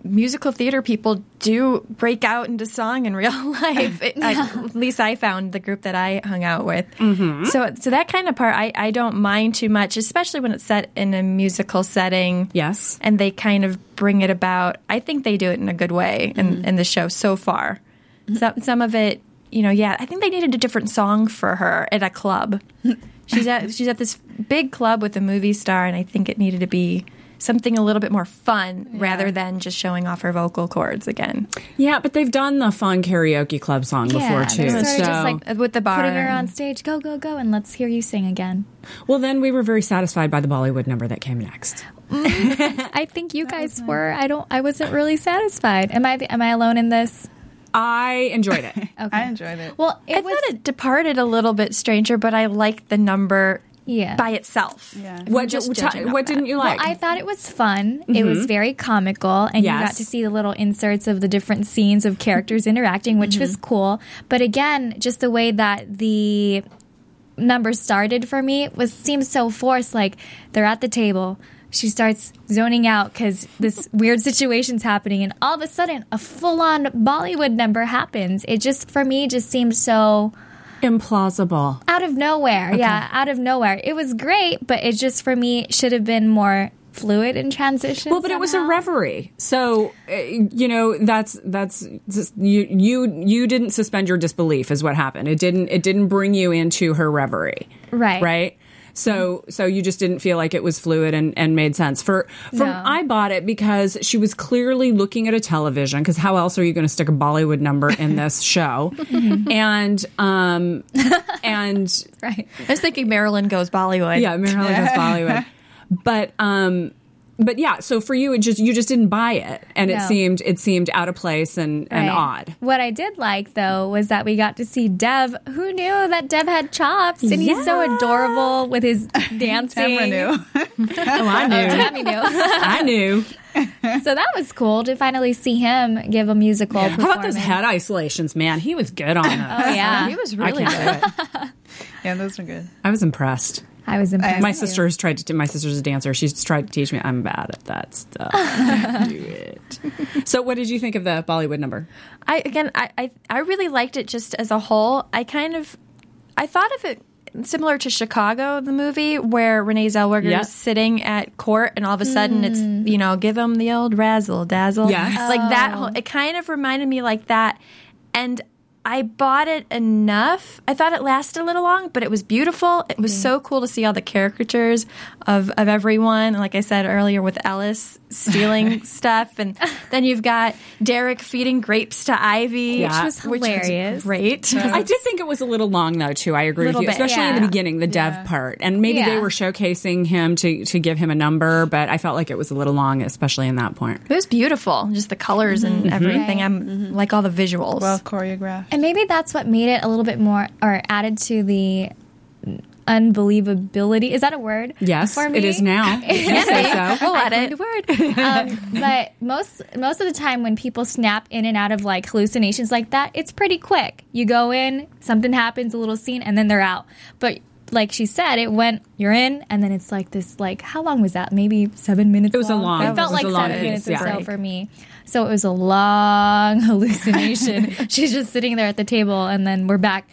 [SPEAKER 6] Musical theater people do break out into song in real life. It, I, at least I found the group that I hung out with. Mm-hmm. So, so that kind of part I, I don't mind too much, especially when it's set in a musical setting.
[SPEAKER 2] Yes.
[SPEAKER 6] and they kind of bring it about. I think they do it in a good way in,
[SPEAKER 3] Mm-hmm.
[SPEAKER 6] in the show so far. Some some of it, you know, yeah. I think they needed a different song for her at a club. she's at she's at this big club with a movie star, and I think it needed to be something a little bit more fun rather than just showing off her vocal cords again
[SPEAKER 2] Yeah, but they've done the fun karaoke club song before
[SPEAKER 3] Yeah,
[SPEAKER 2] too.
[SPEAKER 3] they're
[SPEAKER 2] So
[SPEAKER 3] sorta just like-
[SPEAKER 6] Uh, with the bar.
[SPEAKER 3] Putting her on
[SPEAKER 6] and-
[SPEAKER 3] stage, go go go, and let's hear you sing again.
[SPEAKER 2] well, then we were very satisfied by the Bollywood number that came next.
[SPEAKER 3] I think you guys were. I don't. I wasn't really satisfied. Am I? the- Am I alone in this?
[SPEAKER 2] I enjoyed it.
[SPEAKER 3] Okay.
[SPEAKER 5] I enjoyed it.
[SPEAKER 3] Well,
[SPEAKER 6] I
[SPEAKER 3] it was.
[SPEAKER 6] thought it departed a little bit stranger, but I liked the number
[SPEAKER 3] Yeah.
[SPEAKER 6] by itself.
[SPEAKER 5] Yeah.
[SPEAKER 2] what
[SPEAKER 6] just
[SPEAKER 2] ju-
[SPEAKER 6] judging
[SPEAKER 2] ti-
[SPEAKER 6] off
[SPEAKER 2] what
[SPEAKER 6] that.
[SPEAKER 2] didn't you like?
[SPEAKER 3] Well, I thought it was fun. It was very comical, and you
[SPEAKER 2] Yes.
[SPEAKER 3] got to see the little inserts of the different scenes of characters interacting, which was cool. But again, just the way that the number started for me was seemed so forced. Like they're at the table. She starts zoning out because this weird situation's happening, and all of a sudden, a full-on Bollywood number happens. It just, for me, just seemed so
[SPEAKER 2] Implausible.
[SPEAKER 3] out of nowhere. Yeah, out of nowhere. It was great, but it just for me should have been more fluid in transition.
[SPEAKER 2] Well, but it was a
[SPEAKER 3] somehow.
[SPEAKER 2] reverie, so uh, you know that's that's just, you you you didn't suspend your disbelief is what happened. It didn't it didn't bring you into her reverie,
[SPEAKER 3] Right.
[SPEAKER 2] Right. So so you just didn't feel like it was fluid and, and made sense. For from
[SPEAKER 3] No.
[SPEAKER 2] I bought it because she was clearly looking at a television because how else are you going to stick a Bollywood number in this show? and um and
[SPEAKER 3] Right.
[SPEAKER 6] I was thinking Marilyn goes Bollywood.
[SPEAKER 2] yeah, Marilyn goes Bollywood. But um but yeah, so for you it just you just didn't buy it and it
[SPEAKER 3] No.
[SPEAKER 2] seemed it seemed out of place and, and
[SPEAKER 3] Right.
[SPEAKER 2] odd.
[SPEAKER 3] What I did like though was that we got to see Dev. Who knew that Dev had chops? And he's so
[SPEAKER 2] Yeah.
[SPEAKER 3] adorable with his dancing.
[SPEAKER 5] Tamara knew.
[SPEAKER 2] Oh, I knew.
[SPEAKER 3] Tammy knew.
[SPEAKER 2] I knew.
[SPEAKER 3] so that was cool to finally see him give a musical.
[SPEAKER 2] How about those
[SPEAKER 3] performance.
[SPEAKER 2] head isolations, man? He was good on those.
[SPEAKER 3] Oh, yeah,
[SPEAKER 6] He was really good.
[SPEAKER 5] Yeah, those are good.
[SPEAKER 2] I was impressed.
[SPEAKER 3] I was impressed.
[SPEAKER 2] My
[SPEAKER 3] too.
[SPEAKER 2] sister has tried to. do- My sister's a dancer. She's tried to teach me. I'm bad at that stuff. I do it. So, what did you think of the Bollywood number?
[SPEAKER 6] I again, I, I I really liked it just as a whole. I kind of, I thought of it similar to Chicago, the movie where Renee Zellweger
[SPEAKER 2] Yeah.
[SPEAKER 6] is sitting at court, and all of a sudden it's you know give them the old razzle dazzle,
[SPEAKER 2] Yes.
[SPEAKER 6] like that. Whole, it kind of reminded me like that, and. I bought it enough. I thought it lasted a little long, but it was beautiful. It was so cool to see all the caricatures of, of everyone. And Like I said earlier, with Ellis stealing stuff, and then you've got Derek feeding grapes to Ivy,
[SPEAKER 2] Yeah.
[SPEAKER 6] which was
[SPEAKER 3] Which was
[SPEAKER 6] hilarious. great.
[SPEAKER 2] I did think it was a little long, though. Too, I agree with
[SPEAKER 6] Little
[SPEAKER 2] you,
[SPEAKER 6] bit,
[SPEAKER 2] especially in the
[SPEAKER 3] yeah.
[SPEAKER 2] beginning, the dev part, and maybe they
[SPEAKER 3] Yeah.
[SPEAKER 2] were showcasing him to to give him a number, but I felt like it was a little long, especially in that point.
[SPEAKER 6] It was beautiful, just the colors
[SPEAKER 2] Mm-hmm.
[SPEAKER 6] and everything.
[SPEAKER 3] Right.
[SPEAKER 6] I'm like all the visuals.
[SPEAKER 5] Well choreographed.
[SPEAKER 3] And maybe that's what made it a little bit more, or added to the unbelievability. Is that a word?
[SPEAKER 2] Yes,
[SPEAKER 3] for me?
[SPEAKER 2] it is now. You say so.
[SPEAKER 6] We'll let
[SPEAKER 3] I
[SPEAKER 6] it.
[SPEAKER 3] learned a word. Um, but most most of the time, when people snap in and out of like hallucinations like that, it's pretty quick. You go in, something happens, a little scene, and then they're out. But like she said, it went. You're in, and then it's like this. Like how long was that? Maybe seven minutes.
[SPEAKER 2] It was a long-
[SPEAKER 3] It
[SPEAKER 2] that
[SPEAKER 3] felt
[SPEAKER 2] was
[SPEAKER 3] like
[SPEAKER 2] a long
[SPEAKER 3] seven minutes
[SPEAKER 2] piece,
[SPEAKER 3] or
[SPEAKER 2] yeah.
[SPEAKER 3] so for me. So it was a long hallucination. She's just sitting there at the table, and then we're back,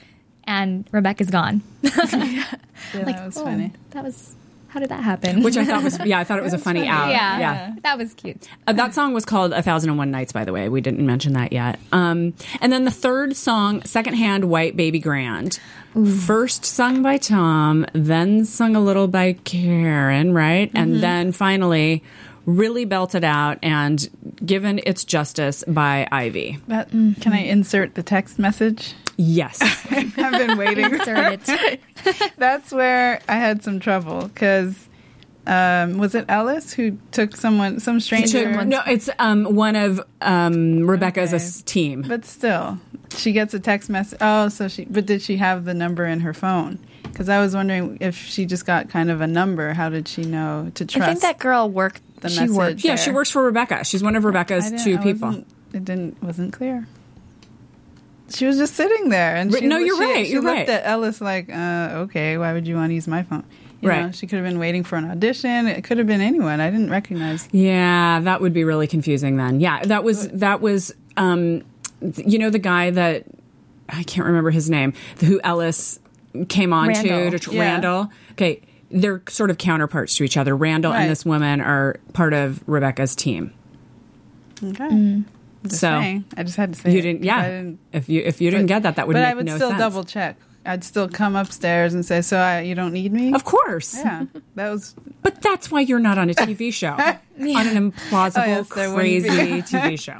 [SPEAKER 3] and Rebecca's gone.
[SPEAKER 5] Yeah,
[SPEAKER 3] Like,
[SPEAKER 5] that was
[SPEAKER 3] oh,
[SPEAKER 5] funny.
[SPEAKER 3] That was. How did that happen?
[SPEAKER 2] Which I thought was yeah, I thought it was a funny, out.
[SPEAKER 3] yeah,
[SPEAKER 2] yeah.
[SPEAKER 3] that was cute.
[SPEAKER 2] Uh, that song was called A Thousand and One Nights, by the way. We didn't mention that yet. Um, and then the third song, Secondhand White Baby Grand. First sung by Tom, then sung a little by Karen, right?
[SPEAKER 5] Mm-hmm.
[SPEAKER 2] And then finally, really belted out and given its justice by Ivy.
[SPEAKER 5] That, mm, Can I insert the text message?
[SPEAKER 2] Yes.
[SPEAKER 5] I've been waiting.
[SPEAKER 3] Insert it.
[SPEAKER 5] That's where I had some trouble because um, was it Ellis who took someone, some stranger?
[SPEAKER 2] no, it's um, one of um, Rebecca's
[SPEAKER 5] Okay.
[SPEAKER 2] s- team.
[SPEAKER 5] But still, she gets a text message. Oh, so she. But did she have the number in her phone? Because I was wondering if she just got kind of a number. How did she know to trust?
[SPEAKER 6] I think that girl worked.
[SPEAKER 5] The
[SPEAKER 6] she worked.
[SPEAKER 5] message.
[SPEAKER 2] yeah, she
[SPEAKER 5] there.
[SPEAKER 2] works for Rebecca. She's one of Rebecca's
[SPEAKER 5] I didn't-
[SPEAKER 2] two
[SPEAKER 5] I
[SPEAKER 2] people.
[SPEAKER 5] wasn't- It didn't wasn't clear. She was just sitting there, and
[SPEAKER 2] Right,
[SPEAKER 5] she,
[SPEAKER 2] no, you're
[SPEAKER 5] she-
[SPEAKER 2] right,
[SPEAKER 5] She
[SPEAKER 2] you're
[SPEAKER 5] looked
[SPEAKER 2] right.
[SPEAKER 5] at Ellis like, uh, "Okay, why would you want to use my phone?" You
[SPEAKER 2] Right.
[SPEAKER 5] know, she could have been waiting for an audition. It could have been anyone. I didn't recognize.
[SPEAKER 2] Yeah, that would be really confusing then. Yeah, that was that was um th- you know the guy that I can't remember his name who Ellis came on
[SPEAKER 6] Randall.
[SPEAKER 2] to, to tr-
[SPEAKER 5] Yeah.
[SPEAKER 2] Randall. Okay, they're sort of counterparts to each other. Randall
[SPEAKER 5] Right.
[SPEAKER 2] and this woman are part of Rebecca's team.
[SPEAKER 5] Okay,
[SPEAKER 2] mm, so
[SPEAKER 5] Dang, I just had to say
[SPEAKER 2] you
[SPEAKER 5] it
[SPEAKER 2] didn't
[SPEAKER 5] 'cause
[SPEAKER 2] yeah.
[SPEAKER 5] I didn't-
[SPEAKER 2] if you if you didn't get that that would
[SPEAKER 5] but
[SPEAKER 2] make
[SPEAKER 5] I would
[SPEAKER 2] no
[SPEAKER 5] still
[SPEAKER 2] sense.
[SPEAKER 5] double check. I'd still come upstairs and say, "So I, you don't need me?"
[SPEAKER 2] Of course.
[SPEAKER 5] Yeah, that was
[SPEAKER 2] But that's why you're not on a TV show. On an implausible
[SPEAKER 5] Oh, yes, there wouldn't
[SPEAKER 2] crazy
[SPEAKER 5] be.
[SPEAKER 2] TV show.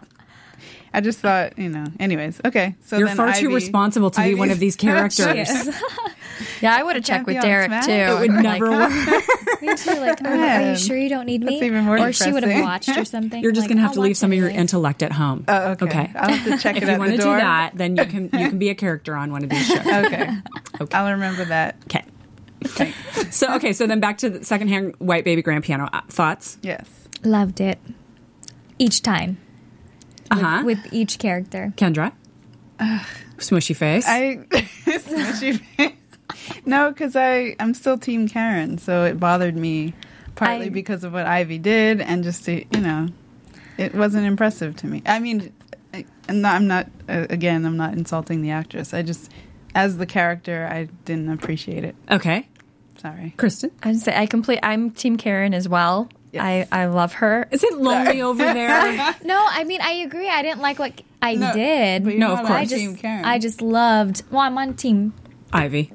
[SPEAKER 5] I just thought, you know. Anyways, okay. So
[SPEAKER 2] You're
[SPEAKER 5] then
[SPEAKER 2] far too
[SPEAKER 5] Ivy-
[SPEAKER 2] responsible to be one
[SPEAKER 5] Ivy-
[SPEAKER 2] of these characters.
[SPEAKER 6] Yeah, I would have checked
[SPEAKER 5] be
[SPEAKER 6] with
[SPEAKER 5] on
[SPEAKER 6] Derek
[SPEAKER 5] Smash.
[SPEAKER 6] too.
[SPEAKER 5] It
[SPEAKER 2] It would
[SPEAKER 6] Like,
[SPEAKER 2] never work.
[SPEAKER 3] Me too. Like, are, are
[SPEAKER 5] Man,
[SPEAKER 3] you sure you don't need me?
[SPEAKER 5] that's even more
[SPEAKER 3] or she would have
[SPEAKER 5] depressing.
[SPEAKER 3] watched or something.
[SPEAKER 2] You're just
[SPEAKER 3] Like,
[SPEAKER 2] going to have
[SPEAKER 3] I'll
[SPEAKER 2] to leave
[SPEAKER 3] watch
[SPEAKER 2] some of your
[SPEAKER 3] anyways.
[SPEAKER 2] intellect at home.
[SPEAKER 5] Oh, okay. I'll have to check
[SPEAKER 2] if
[SPEAKER 5] it
[SPEAKER 2] you
[SPEAKER 5] at
[SPEAKER 2] want
[SPEAKER 5] the
[SPEAKER 2] to do
[SPEAKER 5] door.
[SPEAKER 2] that, then you can you can be a character on one of these shows.
[SPEAKER 5] Okay. I'll remember that.
[SPEAKER 2] Okay. so okay, so then back to the secondhand white baby grand piano Uh, thoughts.
[SPEAKER 5] Yes.
[SPEAKER 3] Loved it. Each time
[SPEAKER 2] Uh huh.
[SPEAKER 3] with each character.
[SPEAKER 2] Kendra. Smushy face.
[SPEAKER 5] I smushy face. No, because I I'm still Team Karen, so it bothered me partly
[SPEAKER 6] I-
[SPEAKER 5] because of what Ivy did, and just to, you know, it wasn't impressive to me. I mean, I- I'm not. I'm not uh, again. I'm not insulting the actress. I just as the character, I didn't appreciate it.
[SPEAKER 2] okay.
[SPEAKER 5] Sorry.
[SPEAKER 2] Kristen.
[SPEAKER 6] I'd say I complete. I'm Team Karen as well. I, I love her.
[SPEAKER 2] Is it lonely over there?
[SPEAKER 3] No, I mean I agree. I didn't like what I did.
[SPEAKER 5] but you're
[SPEAKER 2] No, of
[SPEAKER 5] not
[SPEAKER 2] course.
[SPEAKER 5] on
[SPEAKER 3] I just,
[SPEAKER 5] Team Karen.
[SPEAKER 3] I just loved. Well, I'm on team.
[SPEAKER 2] Ivy.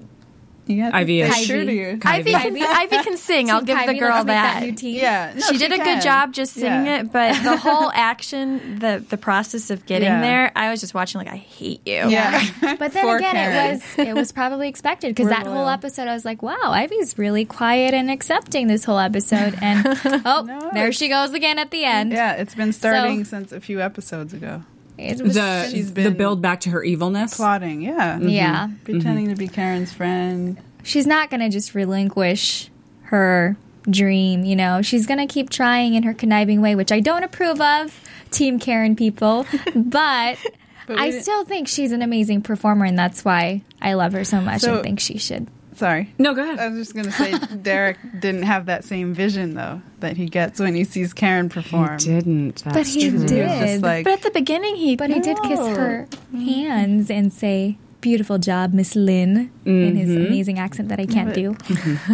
[SPEAKER 5] you have to
[SPEAKER 2] Ivy
[SPEAKER 5] stay
[SPEAKER 2] is-
[SPEAKER 5] true to
[SPEAKER 3] Ivy.
[SPEAKER 5] you.
[SPEAKER 6] Ivy can, Ivy can sing. I'll
[SPEAKER 3] Team
[SPEAKER 6] give
[SPEAKER 3] Kylie.
[SPEAKER 6] the girl
[SPEAKER 3] Let's make
[SPEAKER 6] that.
[SPEAKER 3] new team.
[SPEAKER 5] Yeah, no,
[SPEAKER 6] she did a
[SPEAKER 5] can.
[SPEAKER 6] good job just singing
[SPEAKER 5] Yeah.
[SPEAKER 6] it, but the whole action, the the process of getting
[SPEAKER 5] Yeah.
[SPEAKER 6] there, I was just watching like I hate you.
[SPEAKER 5] Yeah.
[SPEAKER 3] But then
[SPEAKER 5] For
[SPEAKER 3] again,
[SPEAKER 5] Karen.
[SPEAKER 3] it was it was probably expected because that whole
[SPEAKER 5] loyal.
[SPEAKER 3] episode, I was like, "Wow, Ivy's really quiet and accepting this whole episode." And oh,
[SPEAKER 5] No,
[SPEAKER 3] there
[SPEAKER 5] it's-
[SPEAKER 3] she goes again at the end.
[SPEAKER 5] Yeah, it's been starting since a few episodes ago.
[SPEAKER 3] It was
[SPEAKER 2] The
[SPEAKER 5] She's
[SPEAKER 2] the
[SPEAKER 5] been
[SPEAKER 2] build back to her evilness.
[SPEAKER 5] Plotting, yeah.
[SPEAKER 3] yeah.
[SPEAKER 5] Pretending to be Karen's friend.
[SPEAKER 3] she's not going to just relinquish her dream, you know. She's going to keep trying in her conniving way, which I don't approve of, Team Karen people, but, I
[SPEAKER 5] didn't-
[SPEAKER 3] still think she's an amazing performer and that's why I love her so much
[SPEAKER 5] So-
[SPEAKER 3] and think she should.
[SPEAKER 5] Sorry.
[SPEAKER 2] No, go ahead.
[SPEAKER 5] I was just going to say, Derek didn't have that same vision, though, that he gets when he sees Karen perform.
[SPEAKER 2] Didn't. That's
[SPEAKER 3] But he
[SPEAKER 2] true.
[SPEAKER 3] did.
[SPEAKER 5] Just like,
[SPEAKER 6] But at the beginning, he
[SPEAKER 3] but he did kiss her hands and say, "Beautiful job, Miss Lynn," in his amazing accent that I can't do.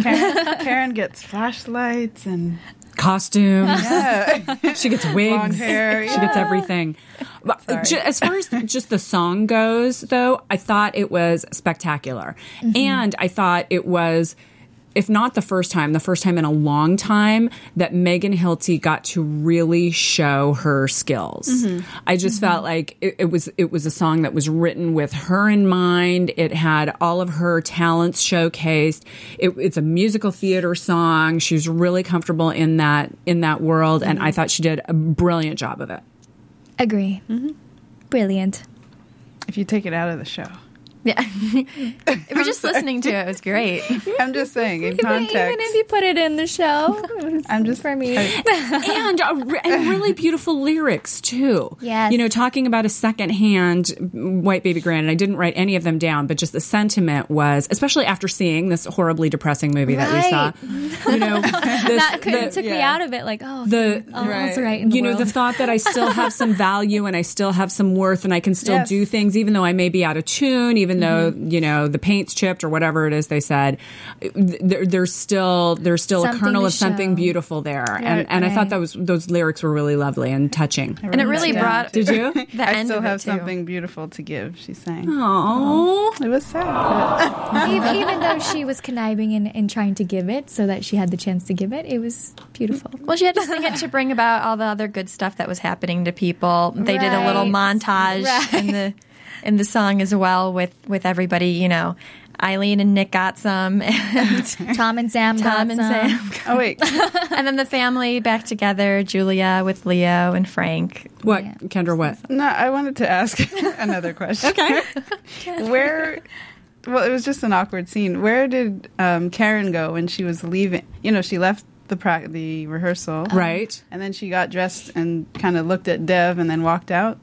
[SPEAKER 5] Karen, Karen gets flashlights and
[SPEAKER 2] Costumes.
[SPEAKER 5] yeah,
[SPEAKER 2] She gets
[SPEAKER 5] blonde
[SPEAKER 2] wigs.
[SPEAKER 5] hair.
[SPEAKER 2] She gets everything. But ju- as far as just the song goes, though, I thought it was spectacular. And I thought it was, if not the first time, the first time in a long time that Megan Hilty got to really show her skills. I just felt like it, it was it was a song that was written with her in mind. It had all of her talents showcased. It, it's a musical theater song. She's really comfortable in that in that world, and I thought she did a brilliant job of it.
[SPEAKER 3] Agree. Brilliant.
[SPEAKER 5] If you take it out of the show.
[SPEAKER 6] Yeah. We're just listening to it. It was great.
[SPEAKER 5] I'm just saying, in
[SPEAKER 3] Even,
[SPEAKER 5] context.
[SPEAKER 3] even if you put it in the show,
[SPEAKER 5] I'm just
[SPEAKER 3] for me.
[SPEAKER 2] and a re- and really beautiful lyrics too.
[SPEAKER 3] Yes.
[SPEAKER 2] you know, talking about a secondhand white baby grand, and I didn't write any of them down, but just the sentiment was, especially after seeing this horribly depressing movie that we saw. You know, this,
[SPEAKER 3] that could,
[SPEAKER 2] the-
[SPEAKER 3] took me out of it. Like, oh,
[SPEAKER 2] The-
[SPEAKER 3] all's right. in the
[SPEAKER 2] you know
[SPEAKER 3] world.
[SPEAKER 2] the thought that i still have some value and i still have some worth and i can still
[SPEAKER 5] Yes.
[SPEAKER 2] do things even though i may be out of tune even
[SPEAKER 3] Mm-hmm.
[SPEAKER 2] though you know the paint's chipped or whatever it is they said th- there, there's still there's still
[SPEAKER 3] Something
[SPEAKER 2] a kernel
[SPEAKER 3] to
[SPEAKER 2] of something
[SPEAKER 3] show.
[SPEAKER 2] beautiful there and and i
[SPEAKER 3] right.
[SPEAKER 2] thought that was those lyrics were really lovely and touching
[SPEAKER 6] And it really
[SPEAKER 5] Yeah.
[SPEAKER 6] brought
[SPEAKER 2] did you
[SPEAKER 6] the
[SPEAKER 5] I
[SPEAKER 6] end
[SPEAKER 5] still
[SPEAKER 6] of
[SPEAKER 5] have
[SPEAKER 6] it, too.
[SPEAKER 5] something beautiful to give, she sang.
[SPEAKER 2] oh
[SPEAKER 5] It was sad. but-
[SPEAKER 3] even, even though she was conniving and, and trying to give it so that she had the chance to give it, it was beautiful.
[SPEAKER 6] Well, she had to sing it to bring about all the other good stuff that was happening to people. They did a little
[SPEAKER 3] Right.
[SPEAKER 6] montage
[SPEAKER 3] Right.
[SPEAKER 6] in the in the song as well with with everybody. You know, Eileen and Nick got some, and
[SPEAKER 3] Tom and Sam,
[SPEAKER 6] Tom
[SPEAKER 3] got
[SPEAKER 6] and
[SPEAKER 3] some.
[SPEAKER 6] Sam,
[SPEAKER 5] oh, wait.
[SPEAKER 6] and then the family back together. Julia with Leo and Frank.
[SPEAKER 2] what kendra what
[SPEAKER 5] No, I wanted to ask another question.
[SPEAKER 2] okay
[SPEAKER 5] Where, well, it was just an awkward scene. Where did um, Karen go when she was leaving? You know, she left the pra- the rehearsal.
[SPEAKER 2] Uh-huh. right
[SPEAKER 5] And then she got dressed and kind of looked at Dev and then walked out.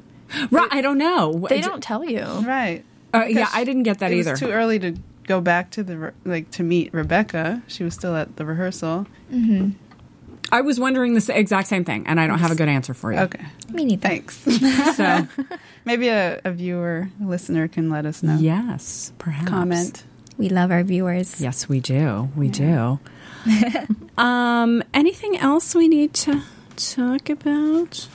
[SPEAKER 2] right i don't know
[SPEAKER 6] They don't tell you.
[SPEAKER 5] Right.
[SPEAKER 2] Uh, yeah,
[SPEAKER 5] Because
[SPEAKER 2] I didn't get that
[SPEAKER 5] it
[SPEAKER 2] either.
[SPEAKER 5] was too early to go back to the re- like to meet Rebecca. She was still at the rehersal.
[SPEAKER 2] I was wondering this exact same thing, and I don't have a good answer for you.
[SPEAKER 5] Okay.
[SPEAKER 3] Me neither.
[SPEAKER 5] Thanks.
[SPEAKER 2] So,
[SPEAKER 5] Maybe a, a viewer, a listener can let us know.
[SPEAKER 2] yes, perhaps.
[SPEAKER 5] Comment.
[SPEAKER 3] We love our viewers.
[SPEAKER 2] Yes, we do. We do. um, anything else we need to talk about?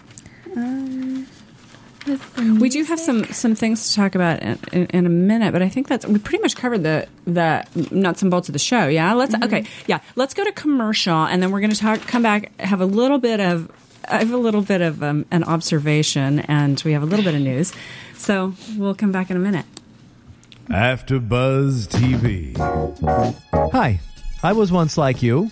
[SPEAKER 2] Um, we do have some some things to talk about in, in, in a minute, but I think that's we pretty much covered the the nuts and bolts of the show. Yeah, let's okay. Yeah, let's go to commercial, and then we're going to talk. Come back, have a little bit of. I have a little bit of um, an observation, and we have a little bit of news. So we'll come back in a minute.
[SPEAKER 7] After Buzz TV. Hi, I was once like you,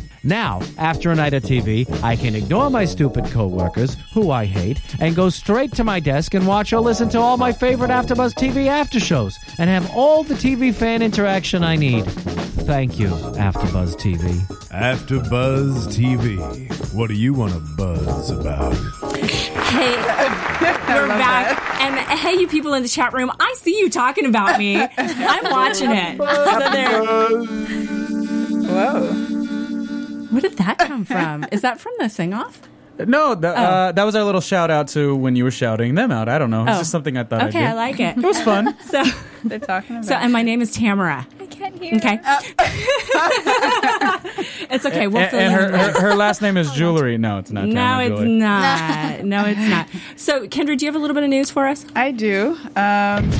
[SPEAKER 7] Now, after a night of TV, I can ignore my stupid coworkers, who I hate, and go straight to my desk and watch or listen to all my favorite AfterBuzz TV after shows, and have all the TV fan interaction I need. Thank you, AfterBuzz TV.
[SPEAKER 1] After Buzz TV. What do you want to buzz about?
[SPEAKER 2] Hey, we're back. And hey, you people in the chat room, I see you talking about me. I'm watching it. So there.
[SPEAKER 5] Whoa.
[SPEAKER 2] Where did that come from? Is that from the sing off?
[SPEAKER 4] No, that,
[SPEAKER 2] Oh.
[SPEAKER 4] uh, that was our little shout out to when you were shouting them out. I don't know. It's just something I thought. I'd
[SPEAKER 2] Oh. Okay,
[SPEAKER 4] do.
[SPEAKER 2] I like it.
[SPEAKER 4] It was fun.
[SPEAKER 2] So,
[SPEAKER 5] They're talking about
[SPEAKER 2] so, and my name is Tamara.
[SPEAKER 3] I can't hear.
[SPEAKER 2] Okay. it's okay. We'll
[SPEAKER 4] and
[SPEAKER 2] fill
[SPEAKER 4] and
[SPEAKER 2] you in
[SPEAKER 4] her,
[SPEAKER 2] later.
[SPEAKER 4] her, her last name is Jewelry. No, it's not.
[SPEAKER 2] No,
[SPEAKER 4] Tamara
[SPEAKER 2] it's
[SPEAKER 4] Jewelry.
[SPEAKER 2] not. No, it's not. So, Kendra, do you have a little bit of news for us?
[SPEAKER 5] I do. Um,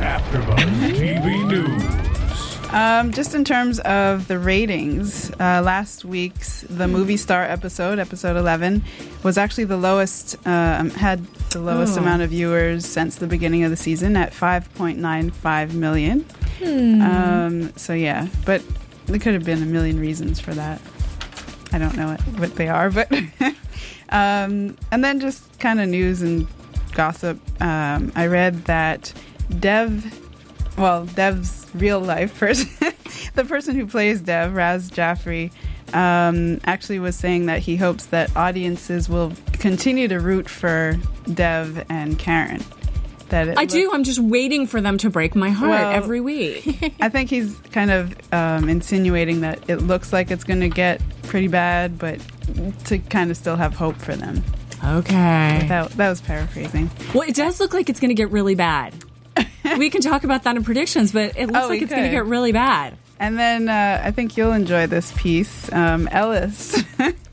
[SPEAKER 8] After Buzz TV News.
[SPEAKER 5] Um, just in terms of the ratings, uh, last week's the movie star episode, episode eleven, was actually the lowest. Um, had the lowest amount of viewers since the beginning of the season at five point nine five million. Um, so yeah, but there could have been a million reasons for that. I don't know what, what they are, but um, and then just kind of news and gossip. Um, I read that Dev, well, Dev's real life person, the person who plays Dev, Raz Jaffrey, um, actually was saying that he hopes that audiences will continue to root for Dev and Karen. That it
[SPEAKER 2] I do. I'm just waiting for them to break my heart
[SPEAKER 5] Well-
[SPEAKER 2] every week.
[SPEAKER 5] I think he's kind of um, insinuating that it looks like it's going to get pretty bad, but to kind of still have hope for them.
[SPEAKER 2] Okay.
[SPEAKER 5] That, that was paraphrasing.
[SPEAKER 2] Well, it does look like it's going to get really bad. we can talk about that in predictions, but it looks
[SPEAKER 5] Oh, we
[SPEAKER 2] like it's going to
[SPEAKER 5] could.
[SPEAKER 2] get really bad.
[SPEAKER 5] And then uh, I think you'll enjoy this piece, um, Ellis.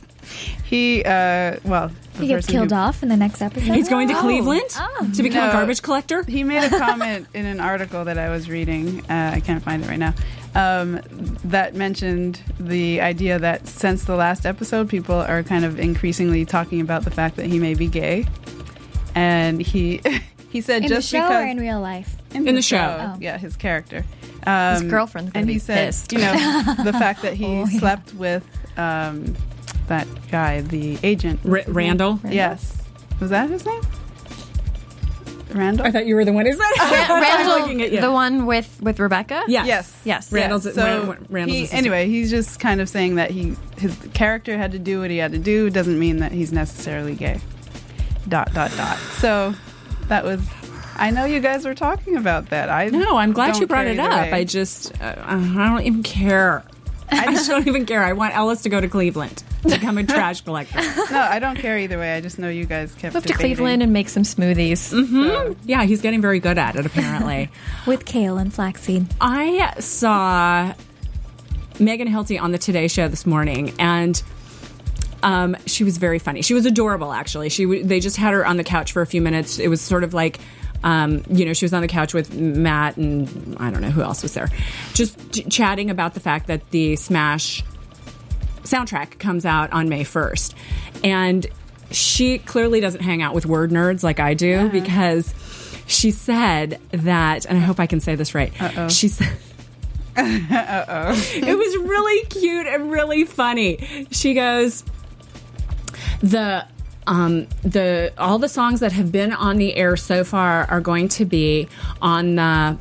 [SPEAKER 5] he, uh, well, the
[SPEAKER 3] He gets
[SPEAKER 5] person who-
[SPEAKER 3] killed off in the next episode.
[SPEAKER 2] He's going to Cleveland
[SPEAKER 3] Oh.
[SPEAKER 2] to become a
[SPEAKER 5] No.
[SPEAKER 2] garbage collector.
[SPEAKER 5] He made a comment in an article that I was reading. Uh, I can't find it right now. Um, that mentioned the idea that since the last episode, people are kind of increasingly talking about the fact that he may be gay, and he he said
[SPEAKER 3] in
[SPEAKER 5] just
[SPEAKER 3] the show
[SPEAKER 5] because
[SPEAKER 3] or in real life?
[SPEAKER 2] In the show.
[SPEAKER 3] Oh.
[SPEAKER 5] yeah, his character, um,
[SPEAKER 6] His girlfriend's gonna
[SPEAKER 5] and
[SPEAKER 6] be
[SPEAKER 5] he said,
[SPEAKER 6] pissed.
[SPEAKER 5] you know, the fact that he
[SPEAKER 3] Oh, yeah.
[SPEAKER 5] slept with um, that guy, the agent.
[SPEAKER 2] R- Randall.
[SPEAKER 5] Yes, was that his name? Randall.
[SPEAKER 2] I thought you were the one. Is that I'm looking at you.
[SPEAKER 6] Randall, the one with with Rebecca.
[SPEAKER 2] Yes.
[SPEAKER 5] Yes.
[SPEAKER 6] Yes.
[SPEAKER 2] Randall's.
[SPEAKER 5] so
[SPEAKER 2] Ran- Randall's
[SPEAKER 5] he-
[SPEAKER 2] assistant.
[SPEAKER 5] anyway, he's just kind of saying that he his character had to do what he had to do doesn't mean that he's necessarily gay. Dot dot dot. So that was. I know you guys were talking about that. I
[SPEAKER 2] No, I'm glad
[SPEAKER 5] don't
[SPEAKER 2] you brought
[SPEAKER 5] care
[SPEAKER 2] it
[SPEAKER 5] either
[SPEAKER 2] up.
[SPEAKER 5] way.
[SPEAKER 2] I just, uh, I don't even care. I just don't even care. I want Ellis to go to Cleveland, become a trash collector.
[SPEAKER 5] no, I don't care either way. I just know you guys kept
[SPEAKER 6] Move to
[SPEAKER 5] debating.
[SPEAKER 6] Cleveland and make some smoothies.
[SPEAKER 2] Mm-hmm.
[SPEAKER 5] Hmm.
[SPEAKER 2] Yeah, he's getting very good at it, apparently.
[SPEAKER 3] With kale and flaxseed.
[SPEAKER 2] I saw Megan Hilty on the Today Show this morning, and um, she was very funny. She was adorable, actually. She w- they just had her on the couch for a few minutes. It was sort of like, um, you know, she was on the couch with Matt and I don't know who else was there, just ch- chatting about the fact that the Smash soundtrack comes out on May 1st. And she clearly doesn't hang out with word nerds like I do because she said that, and I hope I can say this right. She said. it was really cute and really funny. She goes, the um, the all the songs that have been on the air so far are going to be on the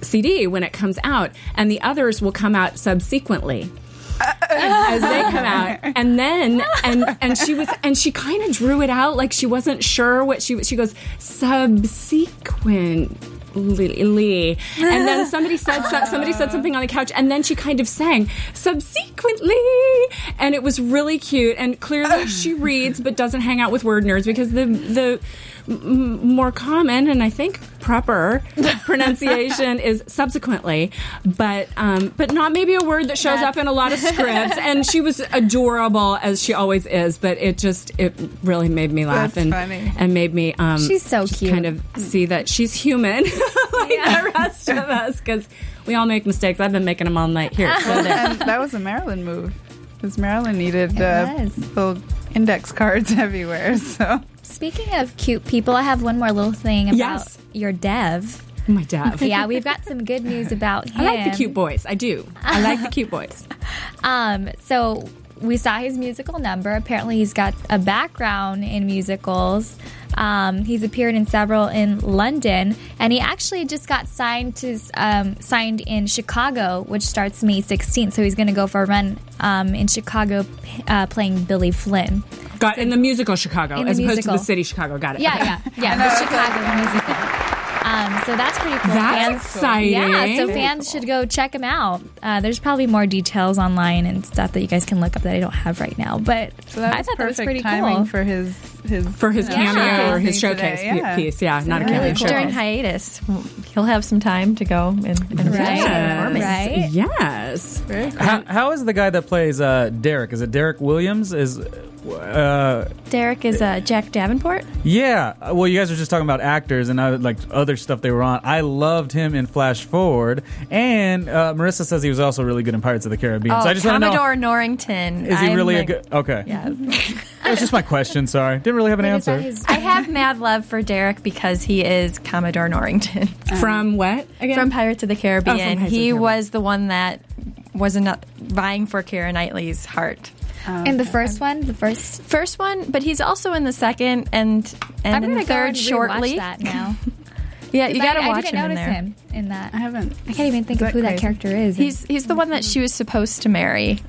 [SPEAKER 2] CD when it comes out, and the others will come out subsequently as they come out. And then and and she was and she kind of drew it out like she wasn't sure what she was. She goes subsequently, and then somebody said so- somebody said something on the couch, and then she kind of sang subsequently, and it was really cute. And clearly she reads but doesn't hang out with word nerds because the the m- more common and I think proper pronunciation is subsequently, but um, but not maybe a word that shows up in a lot of scripts. And she was adorable as she always is, but it just it really made me laugh
[SPEAKER 5] That's
[SPEAKER 2] and
[SPEAKER 5] funny.
[SPEAKER 2] and made me um,
[SPEAKER 3] She's so
[SPEAKER 2] just
[SPEAKER 3] cute.
[SPEAKER 2] Kind of see that she's human like the rest of us because we all make mistakes. I've been making them all night here. So there.
[SPEAKER 5] and that was a Maryland move because Maryland needed uh,
[SPEAKER 3] was.
[SPEAKER 5] little index cards everywhere. So
[SPEAKER 3] Speaking of cute people, I have one more little thing about
[SPEAKER 2] Yes.
[SPEAKER 3] your dev.
[SPEAKER 2] My dad.
[SPEAKER 3] Yeah, we've got some good news about him.
[SPEAKER 2] I like the cute boys. I do. I like the cute boys.
[SPEAKER 3] Um, so we saw his musical number. Apparently, he's got a background in musicals. Um, he's appeared in several in London, and he actually just got signed to um, signed in Chicago, which starts May 16th. So he's going to go for a run um, in Chicago, uh, playing Billy Flynn.
[SPEAKER 2] Got in the musical Chicago
[SPEAKER 3] In the
[SPEAKER 2] as opposed to
[SPEAKER 3] musical.
[SPEAKER 2] the city Chicago. Got it.
[SPEAKER 3] Yeah,
[SPEAKER 2] Okay.
[SPEAKER 3] yeah, yeah. The Chicago musical. Um, so that's pretty cool.
[SPEAKER 2] That's
[SPEAKER 3] fans,
[SPEAKER 2] exciting.
[SPEAKER 3] Yeah, so
[SPEAKER 2] Very
[SPEAKER 3] fans should go check him out. Uh, there's probably more details online and stuff that you guys can look up that I don't have right now. But
[SPEAKER 5] so that
[SPEAKER 3] I
[SPEAKER 5] was
[SPEAKER 3] thought that was
[SPEAKER 5] perfect
[SPEAKER 3] pretty
[SPEAKER 5] timing
[SPEAKER 3] cool.
[SPEAKER 5] for his his
[SPEAKER 2] for his
[SPEAKER 5] uh,
[SPEAKER 2] cameo
[SPEAKER 3] Yeah.
[SPEAKER 2] or his
[SPEAKER 5] thing
[SPEAKER 2] showcase
[SPEAKER 5] today, yeah.
[SPEAKER 2] piece. Yeah, not a
[SPEAKER 3] Really
[SPEAKER 2] cameo.
[SPEAKER 3] cool.
[SPEAKER 2] showcase.
[SPEAKER 6] During hiatus, he'll have some time to go and, and
[SPEAKER 3] Right.
[SPEAKER 6] do some performing.
[SPEAKER 3] Right.
[SPEAKER 2] Yes.
[SPEAKER 4] How, how is the guy that plays uh, Derek? Is it Derek Williams? Is uh,
[SPEAKER 6] Derek is uh, Jack Davenport.
[SPEAKER 4] yeah. Uh, Well, you guys were just talking about actors and uh, like other stuff they were on. I loved him in Flash Forward, and uh, Marissa says he was also really good in Pirates of the Caribbean. so I just want to know:
[SPEAKER 6] Oh, Commodore Norrington.
[SPEAKER 4] is he
[SPEAKER 6] I'm
[SPEAKER 4] really a
[SPEAKER 6] like-
[SPEAKER 4] good? Okay,
[SPEAKER 6] Yeah.
[SPEAKER 4] that's just my question. Sorry, didn't really have an
[SPEAKER 3] Is
[SPEAKER 4] answer.
[SPEAKER 3] that his-
[SPEAKER 6] I have mad love for Derek because he is Commodore Norrington
[SPEAKER 2] From what again?
[SPEAKER 6] Oh, from Pirates of the Caribbean.
[SPEAKER 2] Pirates of the
[SPEAKER 6] he
[SPEAKER 2] Caribbean.
[SPEAKER 6] was the one that was enough, vying for Karen Knightley's heart.
[SPEAKER 3] in the first one, the first.
[SPEAKER 6] First one, but he's also in the second and and
[SPEAKER 3] I'm
[SPEAKER 6] in
[SPEAKER 3] gonna
[SPEAKER 6] the third
[SPEAKER 3] go and
[SPEAKER 6] shortly.
[SPEAKER 3] rewatch that now.
[SPEAKER 6] Yeah, you got to
[SPEAKER 3] I,
[SPEAKER 6] watch
[SPEAKER 3] I didn't
[SPEAKER 6] him in
[SPEAKER 3] notice
[SPEAKER 6] there.
[SPEAKER 3] him in that.
[SPEAKER 5] I haven't.
[SPEAKER 3] I can't even think
[SPEAKER 5] Is
[SPEAKER 3] of
[SPEAKER 5] that
[SPEAKER 3] who that
[SPEAKER 5] crazy?
[SPEAKER 3] character is.
[SPEAKER 6] He's he's the one that she was supposed to marry.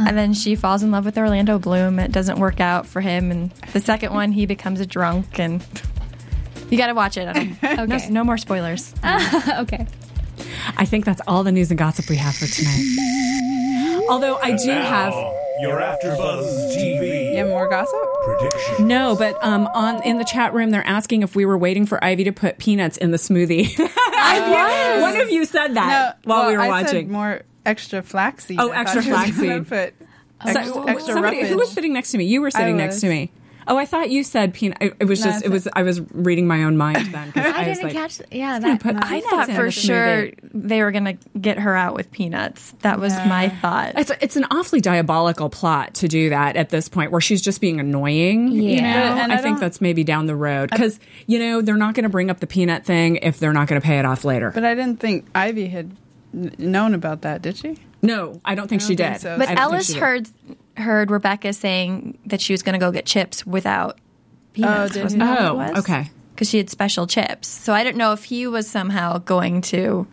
[SPEAKER 6] And then she falls in love with Orlando Bloom. It doesn't work out for him. And the second one, he becomes a drunk. And you got to watch it. Adam. No,
[SPEAKER 3] Okay.
[SPEAKER 6] no more spoilers.
[SPEAKER 3] okay.
[SPEAKER 2] I think that's all the news and gossip we have for tonight. Although I do have
[SPEAKER 8] Your AfterBuzz TV
[SPEAKER 5] Yeah, more gossip.
[SPEAKER 8] prediction.
[SPEAKER 2] No, but um, on in the chat room, they're asking if we were waiting for Ivy to put peanuts in the smoothie. I was. One of you said
[SPEAKER 5] No,
[SPEAKER 2] that while
[SPEAKER 5] well,
[SPEAKER 2] we were
[SPEAKER 5] I
[SPEAKER 2] watching.
[SPEAKER 5] said more extra flaxseed.
[SPEAKER 2] Oh,
[SPEAKER 5] I thought
[SPEAKER 2] extra
[SPEAKER 5] she was gonna
[SPEAKER 2] flaxseed.
[SPEAKER 5] Put
[SPEAKER 2] So-
[SPEAKER 5] extra, extra
[SPEAKER 2] somebody- who was
[SPEAKER 5] roughage.
[SPEAKER 2] sitting next to me? You were sitting next
[SPEAKER 5] was.
[SPEAKER 2] to me. Oh, I thought you said peanut. It, it was
[SPEAKER 5] No, I
[SPEAKER 2] just. It was. I was reading my own mind then. 'cause
[SPEAKER 3] I
[SPEAKER 2] was
[SPEAKER 3] didn't
[SPEAKER 2] like,
[SPEAKER 3] catch. Yeah,
[SPEAKER 2] gonna
[SPEAKER 3] that.
[SPEAKER 2] put-
[SPEAKER 3] no.
[SPEAKER 2] I
[SPEAKER 6] I thought
[SPEAKER 2] didn't
[SPEAKER 6] for
[SPEAKER 2] notice
[SPEAKER 6] sure
[SPEAKER 2] movie.
[SPEAKER 6] they were going to get her out with peanuts. That was my thought.
[SPEAKER 2] It's it's an awfully diabolical plot to do that at this point, where she's just being annoying. You
[SPEAKER 3] Yeah.
[SPEAKER 2] know,
[SPEAKER 5] And
[SPEAKER 2] I,
[SPEAKER 5] I
[SPEAKER 2] think
[SPEAKER 5] don't-
[SPEAKER 2] that's maybe down the road because you know they're not going to bring up the peanut thing if they're not going to pay it off later.
[SPEAKER 5] But I didn't think Ivy had kn- known about that, did she?
[SPEAKER 2] no, I don't think she
[SPEAKER 5] think
[SPEAKER 2] did.
[SPEAKER 5] so.
[SPEAKER 2] I
[SPEAKER 5] But
[SPEAKER 2] don't
[SPEAKER 6] But
[SPEAKER 2] think
[SPEAKER 6] Ellis
[SPEAKER 2] she did.
[SPEAKER 6] heard heard Rebecca saying that she was going to go get chips without peanuts.
[SPEAKER 5] did
[SPEAKER 6] wasn't
[SPEAKER 5] he?
[SPEAKER 6] that what it
[SPEAKER 2] Oh,
[SPEAKER 6] was?
[SPEAKER 2] okay.
[SPEAKER 6] Because she had special chips, so I didn't know if he was somehow going to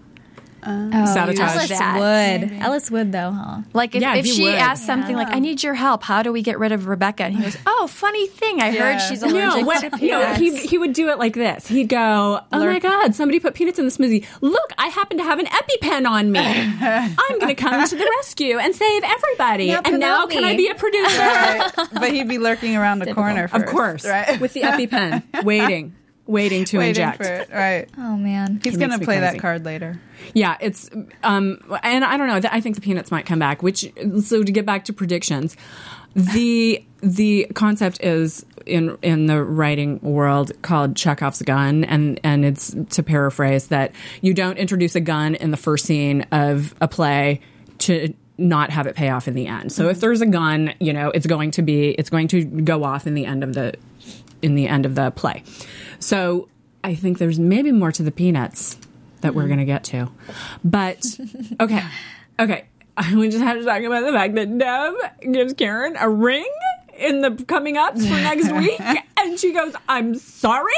[SPEAKER 5] Oh,
[SPEAKER 2] sabotage.
[SPEAKER 3] Oh, Ellis
[SPEAKER 6] that.
[SPEAKER 3] would. Ellis would though, huh?
[SPEAKER 6] like if,
[SPEAKER 2] Yeah,
[SPEAKER 6] if
[SPEAKER 2] he
[SPEAKER 6] she
[SPEAKER 2] would.
[SPEAKER 6] asked something like, "I need your help. How do we get rid of Rebecca?" and he goes, "Oh, funny thing. I heard
[SPEAKER 5] Yeah.
[SPEAKER 6] she's
[SPEAKER 2] No,
[SPEAKER 6] allergic
[SPEAKER 2] when,
[SPEAKER 6] to
[SPEAKER 2] no,
[SPEAKER 6] peanuts."
[SPEAKER 2] he, he would do it like this. He'd go, "Oh my God, somebody put peanuts in the smoothie. Look, I happen to have an EpiPen on me. I'm going to come to the rescue and save everybody.
[SPEAKER 3] Now
[SPEAKER 2] and now
[SPEAKER 3] promote
[SPEAKER 2] can
[SPEAKER 3] me."
[SPEAKER 2] I be a producer?"
[SPEAKER 5] Right. but he'd be lurking around the corner.
[SPEAKER 2] of
[SPEAKER 5] First,
[SPEAKER 2] course,
[SPEAKER 5] right?
[SPEAKER 2] with the EpiPen, waiting, waiting to
[SPEAKER 5] Waiting
[SPEAKER 2] inject.
[SPEAKER 5] for it, right?
[SPEAKER 3] Oh man.
[SPEAKER 5] He's
[SPEAKER 2] It
[SPEAKER 5] gonna
[SPEAKER 2] makes me
[SPEAKER 5] play
[SPEAKER 2] crazy.
[SPEAKER 5] that card later.
[SPEAKER 2] Yeah, it's um, and I don't know. I think the peanuts might come back. Which so to get back to predictions, the the concept is in in the writing world called Chekhov's gun, and and it's to paraphrase that you don't introduce a gun in the first scene of a play to not have it pay off in the end. So if there's a gun, you know, it's going to be it's going to go off in the end of the in the end of the play. So I think there's maybe more to the peanuts that we're going to get to. But okay. Okay. We just have to talk about the fact that Deb gives Karen a ring in the coming ups for next week and she goes, "I'm sorry."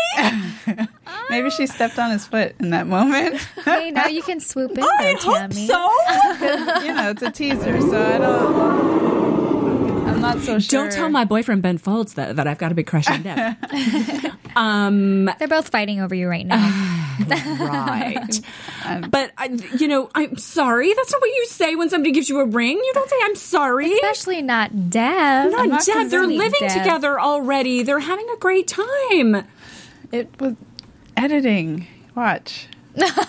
[SPEAKER 5] Maybe she stepped on his foot in that moment.
[SPEAKER 3] Hey, now you can swoop in.
[SPEAKER 2] I
[SPEAKER 3] though,
[SPEAKER 2] hope
[SPEAKER 3] Tammy.
[SPEAKER 2] so.
[SPEAKER 5] you know, it's a teaser, so I don't. I'm not so sure.
[SPEAKER 2] Don't tell my boyfriend Ben Folds that, that I've got a big crush on Deb.
[SPEAKER 3] They're both fighting over you right now.
[SPEAKER 2] right. But I, you know, I'm sorry. That's not what you say when somebody gives you a ring. You don't say I'm sorry.
[SPEAKER 3] Especially not Deb.
[SPEAKER 2] Not
[SPEAKER 5] not
[SPEAKER 2] Deb. They're
[SPEAKER 3] convinced.
[SPEAKER 2] living
[SPEAKER 3] Deb.
[SPEAKER 2] together already. They're having a great time.
[SPEAKER 5] It was editing. Watch.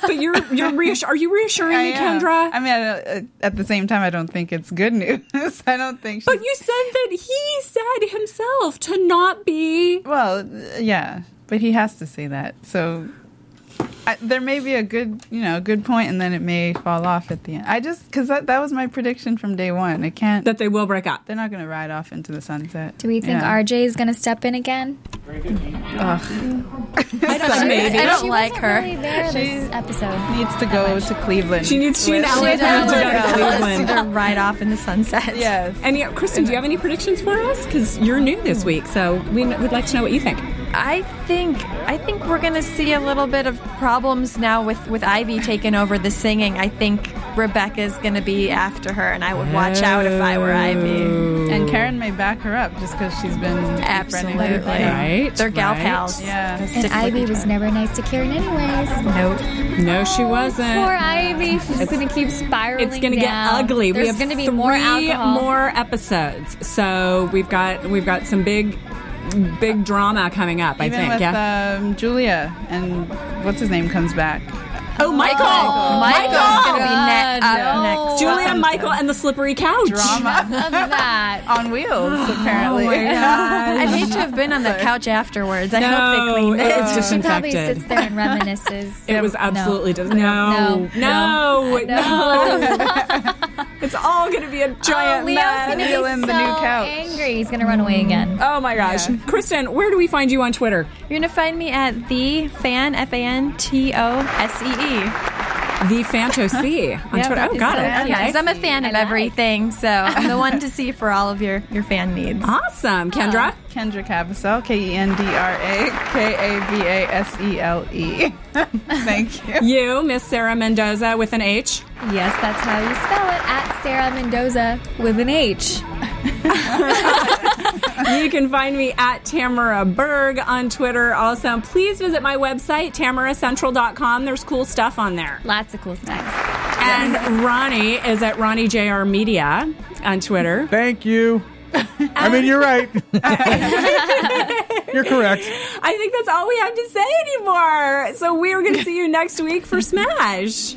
[SPEAKER 2] But you're you're reassur- are you reassuring
[SPEAKER 5] I
[SPEAKER 2] me,
[SPEAKER 5] am.
[SPEAKER 2] Kendra?
[SPEAKER 5] I mean, I, don't- at the same time, I don't think it's good news. I don't think. She's,
[SPEAKER 2] but you said that he said himself to not be.
[SPEAKER 5] Well, yeah, but he has to say that. So I, there may be a good, you know, good point, and then it may fall off at the end. I just because that that was my prediction from day one. I can't.
[SPEAKER 2] That they will break up.
[SPEAKER 5] they're not going to ride off into the sunset.
[SPEAKER 3] Do we think
[SPEAKER 5] Yeah.
[SPEAKER 3] RJ is going to step in again?
[SPEAKER 9] Very good, Dean Johnson.
[SPEAKER 2] I don't know,
[SPEAKER 6] I
[SPEAKER 2] maybe.
[SPEAKER 6] don't
[SPEAKER 3] she
[SPEAKER 6] like
[SPEAKER 3] wasn't
[SPEAKER 6] her.
[SPEAKER 3] Really there this episode.
[SPEAKER 5] Needs to go to Cleveland.
[SPEAKER 2] She needs she and
[SPEAKER 5] With-
[SPEAKER 2] Alice have to go to Cleveland.
[SPEAKER 6] to ride off in the sunset.
[SPEAKER 5] Yes.
[SPEAKER 2] And yeah, Kristen, do you have any predictions for us? Because you're new this week, so we kn- would like to know what you think.
[SPEAKER 6] I think I think we're gonna see a little bit of problems now with with Ivy taking over the singing. I think Rebecca's gonna be after her, and I would watch out if I were Ivy.
[SPEAKER 5] And Karen may back her up just because she's been
[SPEAKER 6] Absolutely,
[SPEAKER 5] befriending her. Yeah.
[SPEAKER 2] Right,
[SPEAKER 6] They're gal
[SPEAKER 2] right.
[SPEAKER 6] pals.
[SPEAKER 5] Yeah.
[SPEAKER 6] They'll stick
[SPEAKER 3] And
[SPEAKER 6] with
[SPEAKER 3] Ivy
[SPEAKER 6] each
[SPEAKER 3] was
[SPEAKER 6] other.
[SPEAKER 3] never nice to Karen, anyways.
[SPEAKER 6] Nope.
[SPEAKER 2] No, she wasn't.
[SPEAKER 3] Poor Ivy. She's going to keep spiraling.
[SPEAKER 2] It's going to get
[SPEAKER 3] down.
[SPEAKER 2] ugly.
[SPEAKER 3] There's
[SPEAKER 2] we have
[SPEAKER 3] going to be
[SPEAKER 2] three
[SPEAKER 3] more alcohol.
[SPEAKER 2] more episodes, so we've got we've got some big big drama coming up. I
[SPEAKER 5] Even
[SPEAKER 2] think.
[SPEAKER 5] with
[SPEAKER 2] yeah.
[SPEAKER 5] um, Julia and what's his name comes back.
[SPEAKER 2] oh, Michael.
[SPEAKER 6] Michael's gonna be ne- up
[SPEAKER 3] God, no.
[SPEAKER 6] next.
[SPEAKER 2] Julia, Michael, and the slippery couch.
[SPEAKER 5] Drama
[SPEAKER 3] of that.
[SPEAKER 5] on wheels
[SPEAKER 3] Oh
[SPEAKER 5] apparently.
[SPEAKER 6] I'd hate to have been on the couch afterwards. I hope they
[SPEAKER 2] No,
[SPEAKER 6] clean it.
[SPEAKER 2] it's
[SPEAKER 3] She probably sits
[SPEAKER 2] Uh, disinfected.
[SPEAKER 3] there and reminisces.
[SPEAKER 2] It was absolutely dis- no,
[SPEAKER 3] No.
[SPEAKER 2] no, no.
[SPEAKER 3] No.
[SPEAKER 2] it's all going to be a
[SPEAKER 3] Oh,
[SPEAKER 2] giant
[SPEAKER 3] Leo's
[SPEAKER 2] mess.
[SPEAKER 3] gonna be so
[SPEAKER 5] Peeling the new couch.
[SPEAKER 3] angry. He's gonna run away
[SPEAKER 6] Mm.
[SPEAKER 3] again.
[SPEAKER 2] Oh my gosh, Kristen, where do we find you on Twitter?
[SPEAKER 6] You're gonna find me at the fan F A N T O S E E.
[SPEAKER 2] The Fanto C on Twitter. Oh, got it.
[SPEAKER 6] Yeah,
[SPEAKER 2] Okay.
[SPEAKER 6] 'cause I'm a fan of everything, so I'm the one to see for all of your, your fan needs.
[SPEAKER 2] Awesome, Kendra.
[SPEAKER 5] Kendra Cabasel, K E N D R A K A B A S E L E. Thank you.
[SPEAKER 2] You, Miss Sarah Mendoza with an H.
[SPEAKER 3] Yes, that's how you spell it. At Sarah Mendoza with an H.
[SPEAKER 2] You can find me at Tamara Berg on Twitter also. Please visit my website, tamaracentral.com. There's cool stuff on there.
[SPEAKER 3] Lots of cool snacks.
[SPEAKER 2] And And Ronnie is at Ronnie JR Media on Twitter.
[SPEAKER 4] Thank you. I mean, you're right. you're correct.
[SPEAKER 2] I think that's all we have to say anymore. So we are going to see you next week for Smash.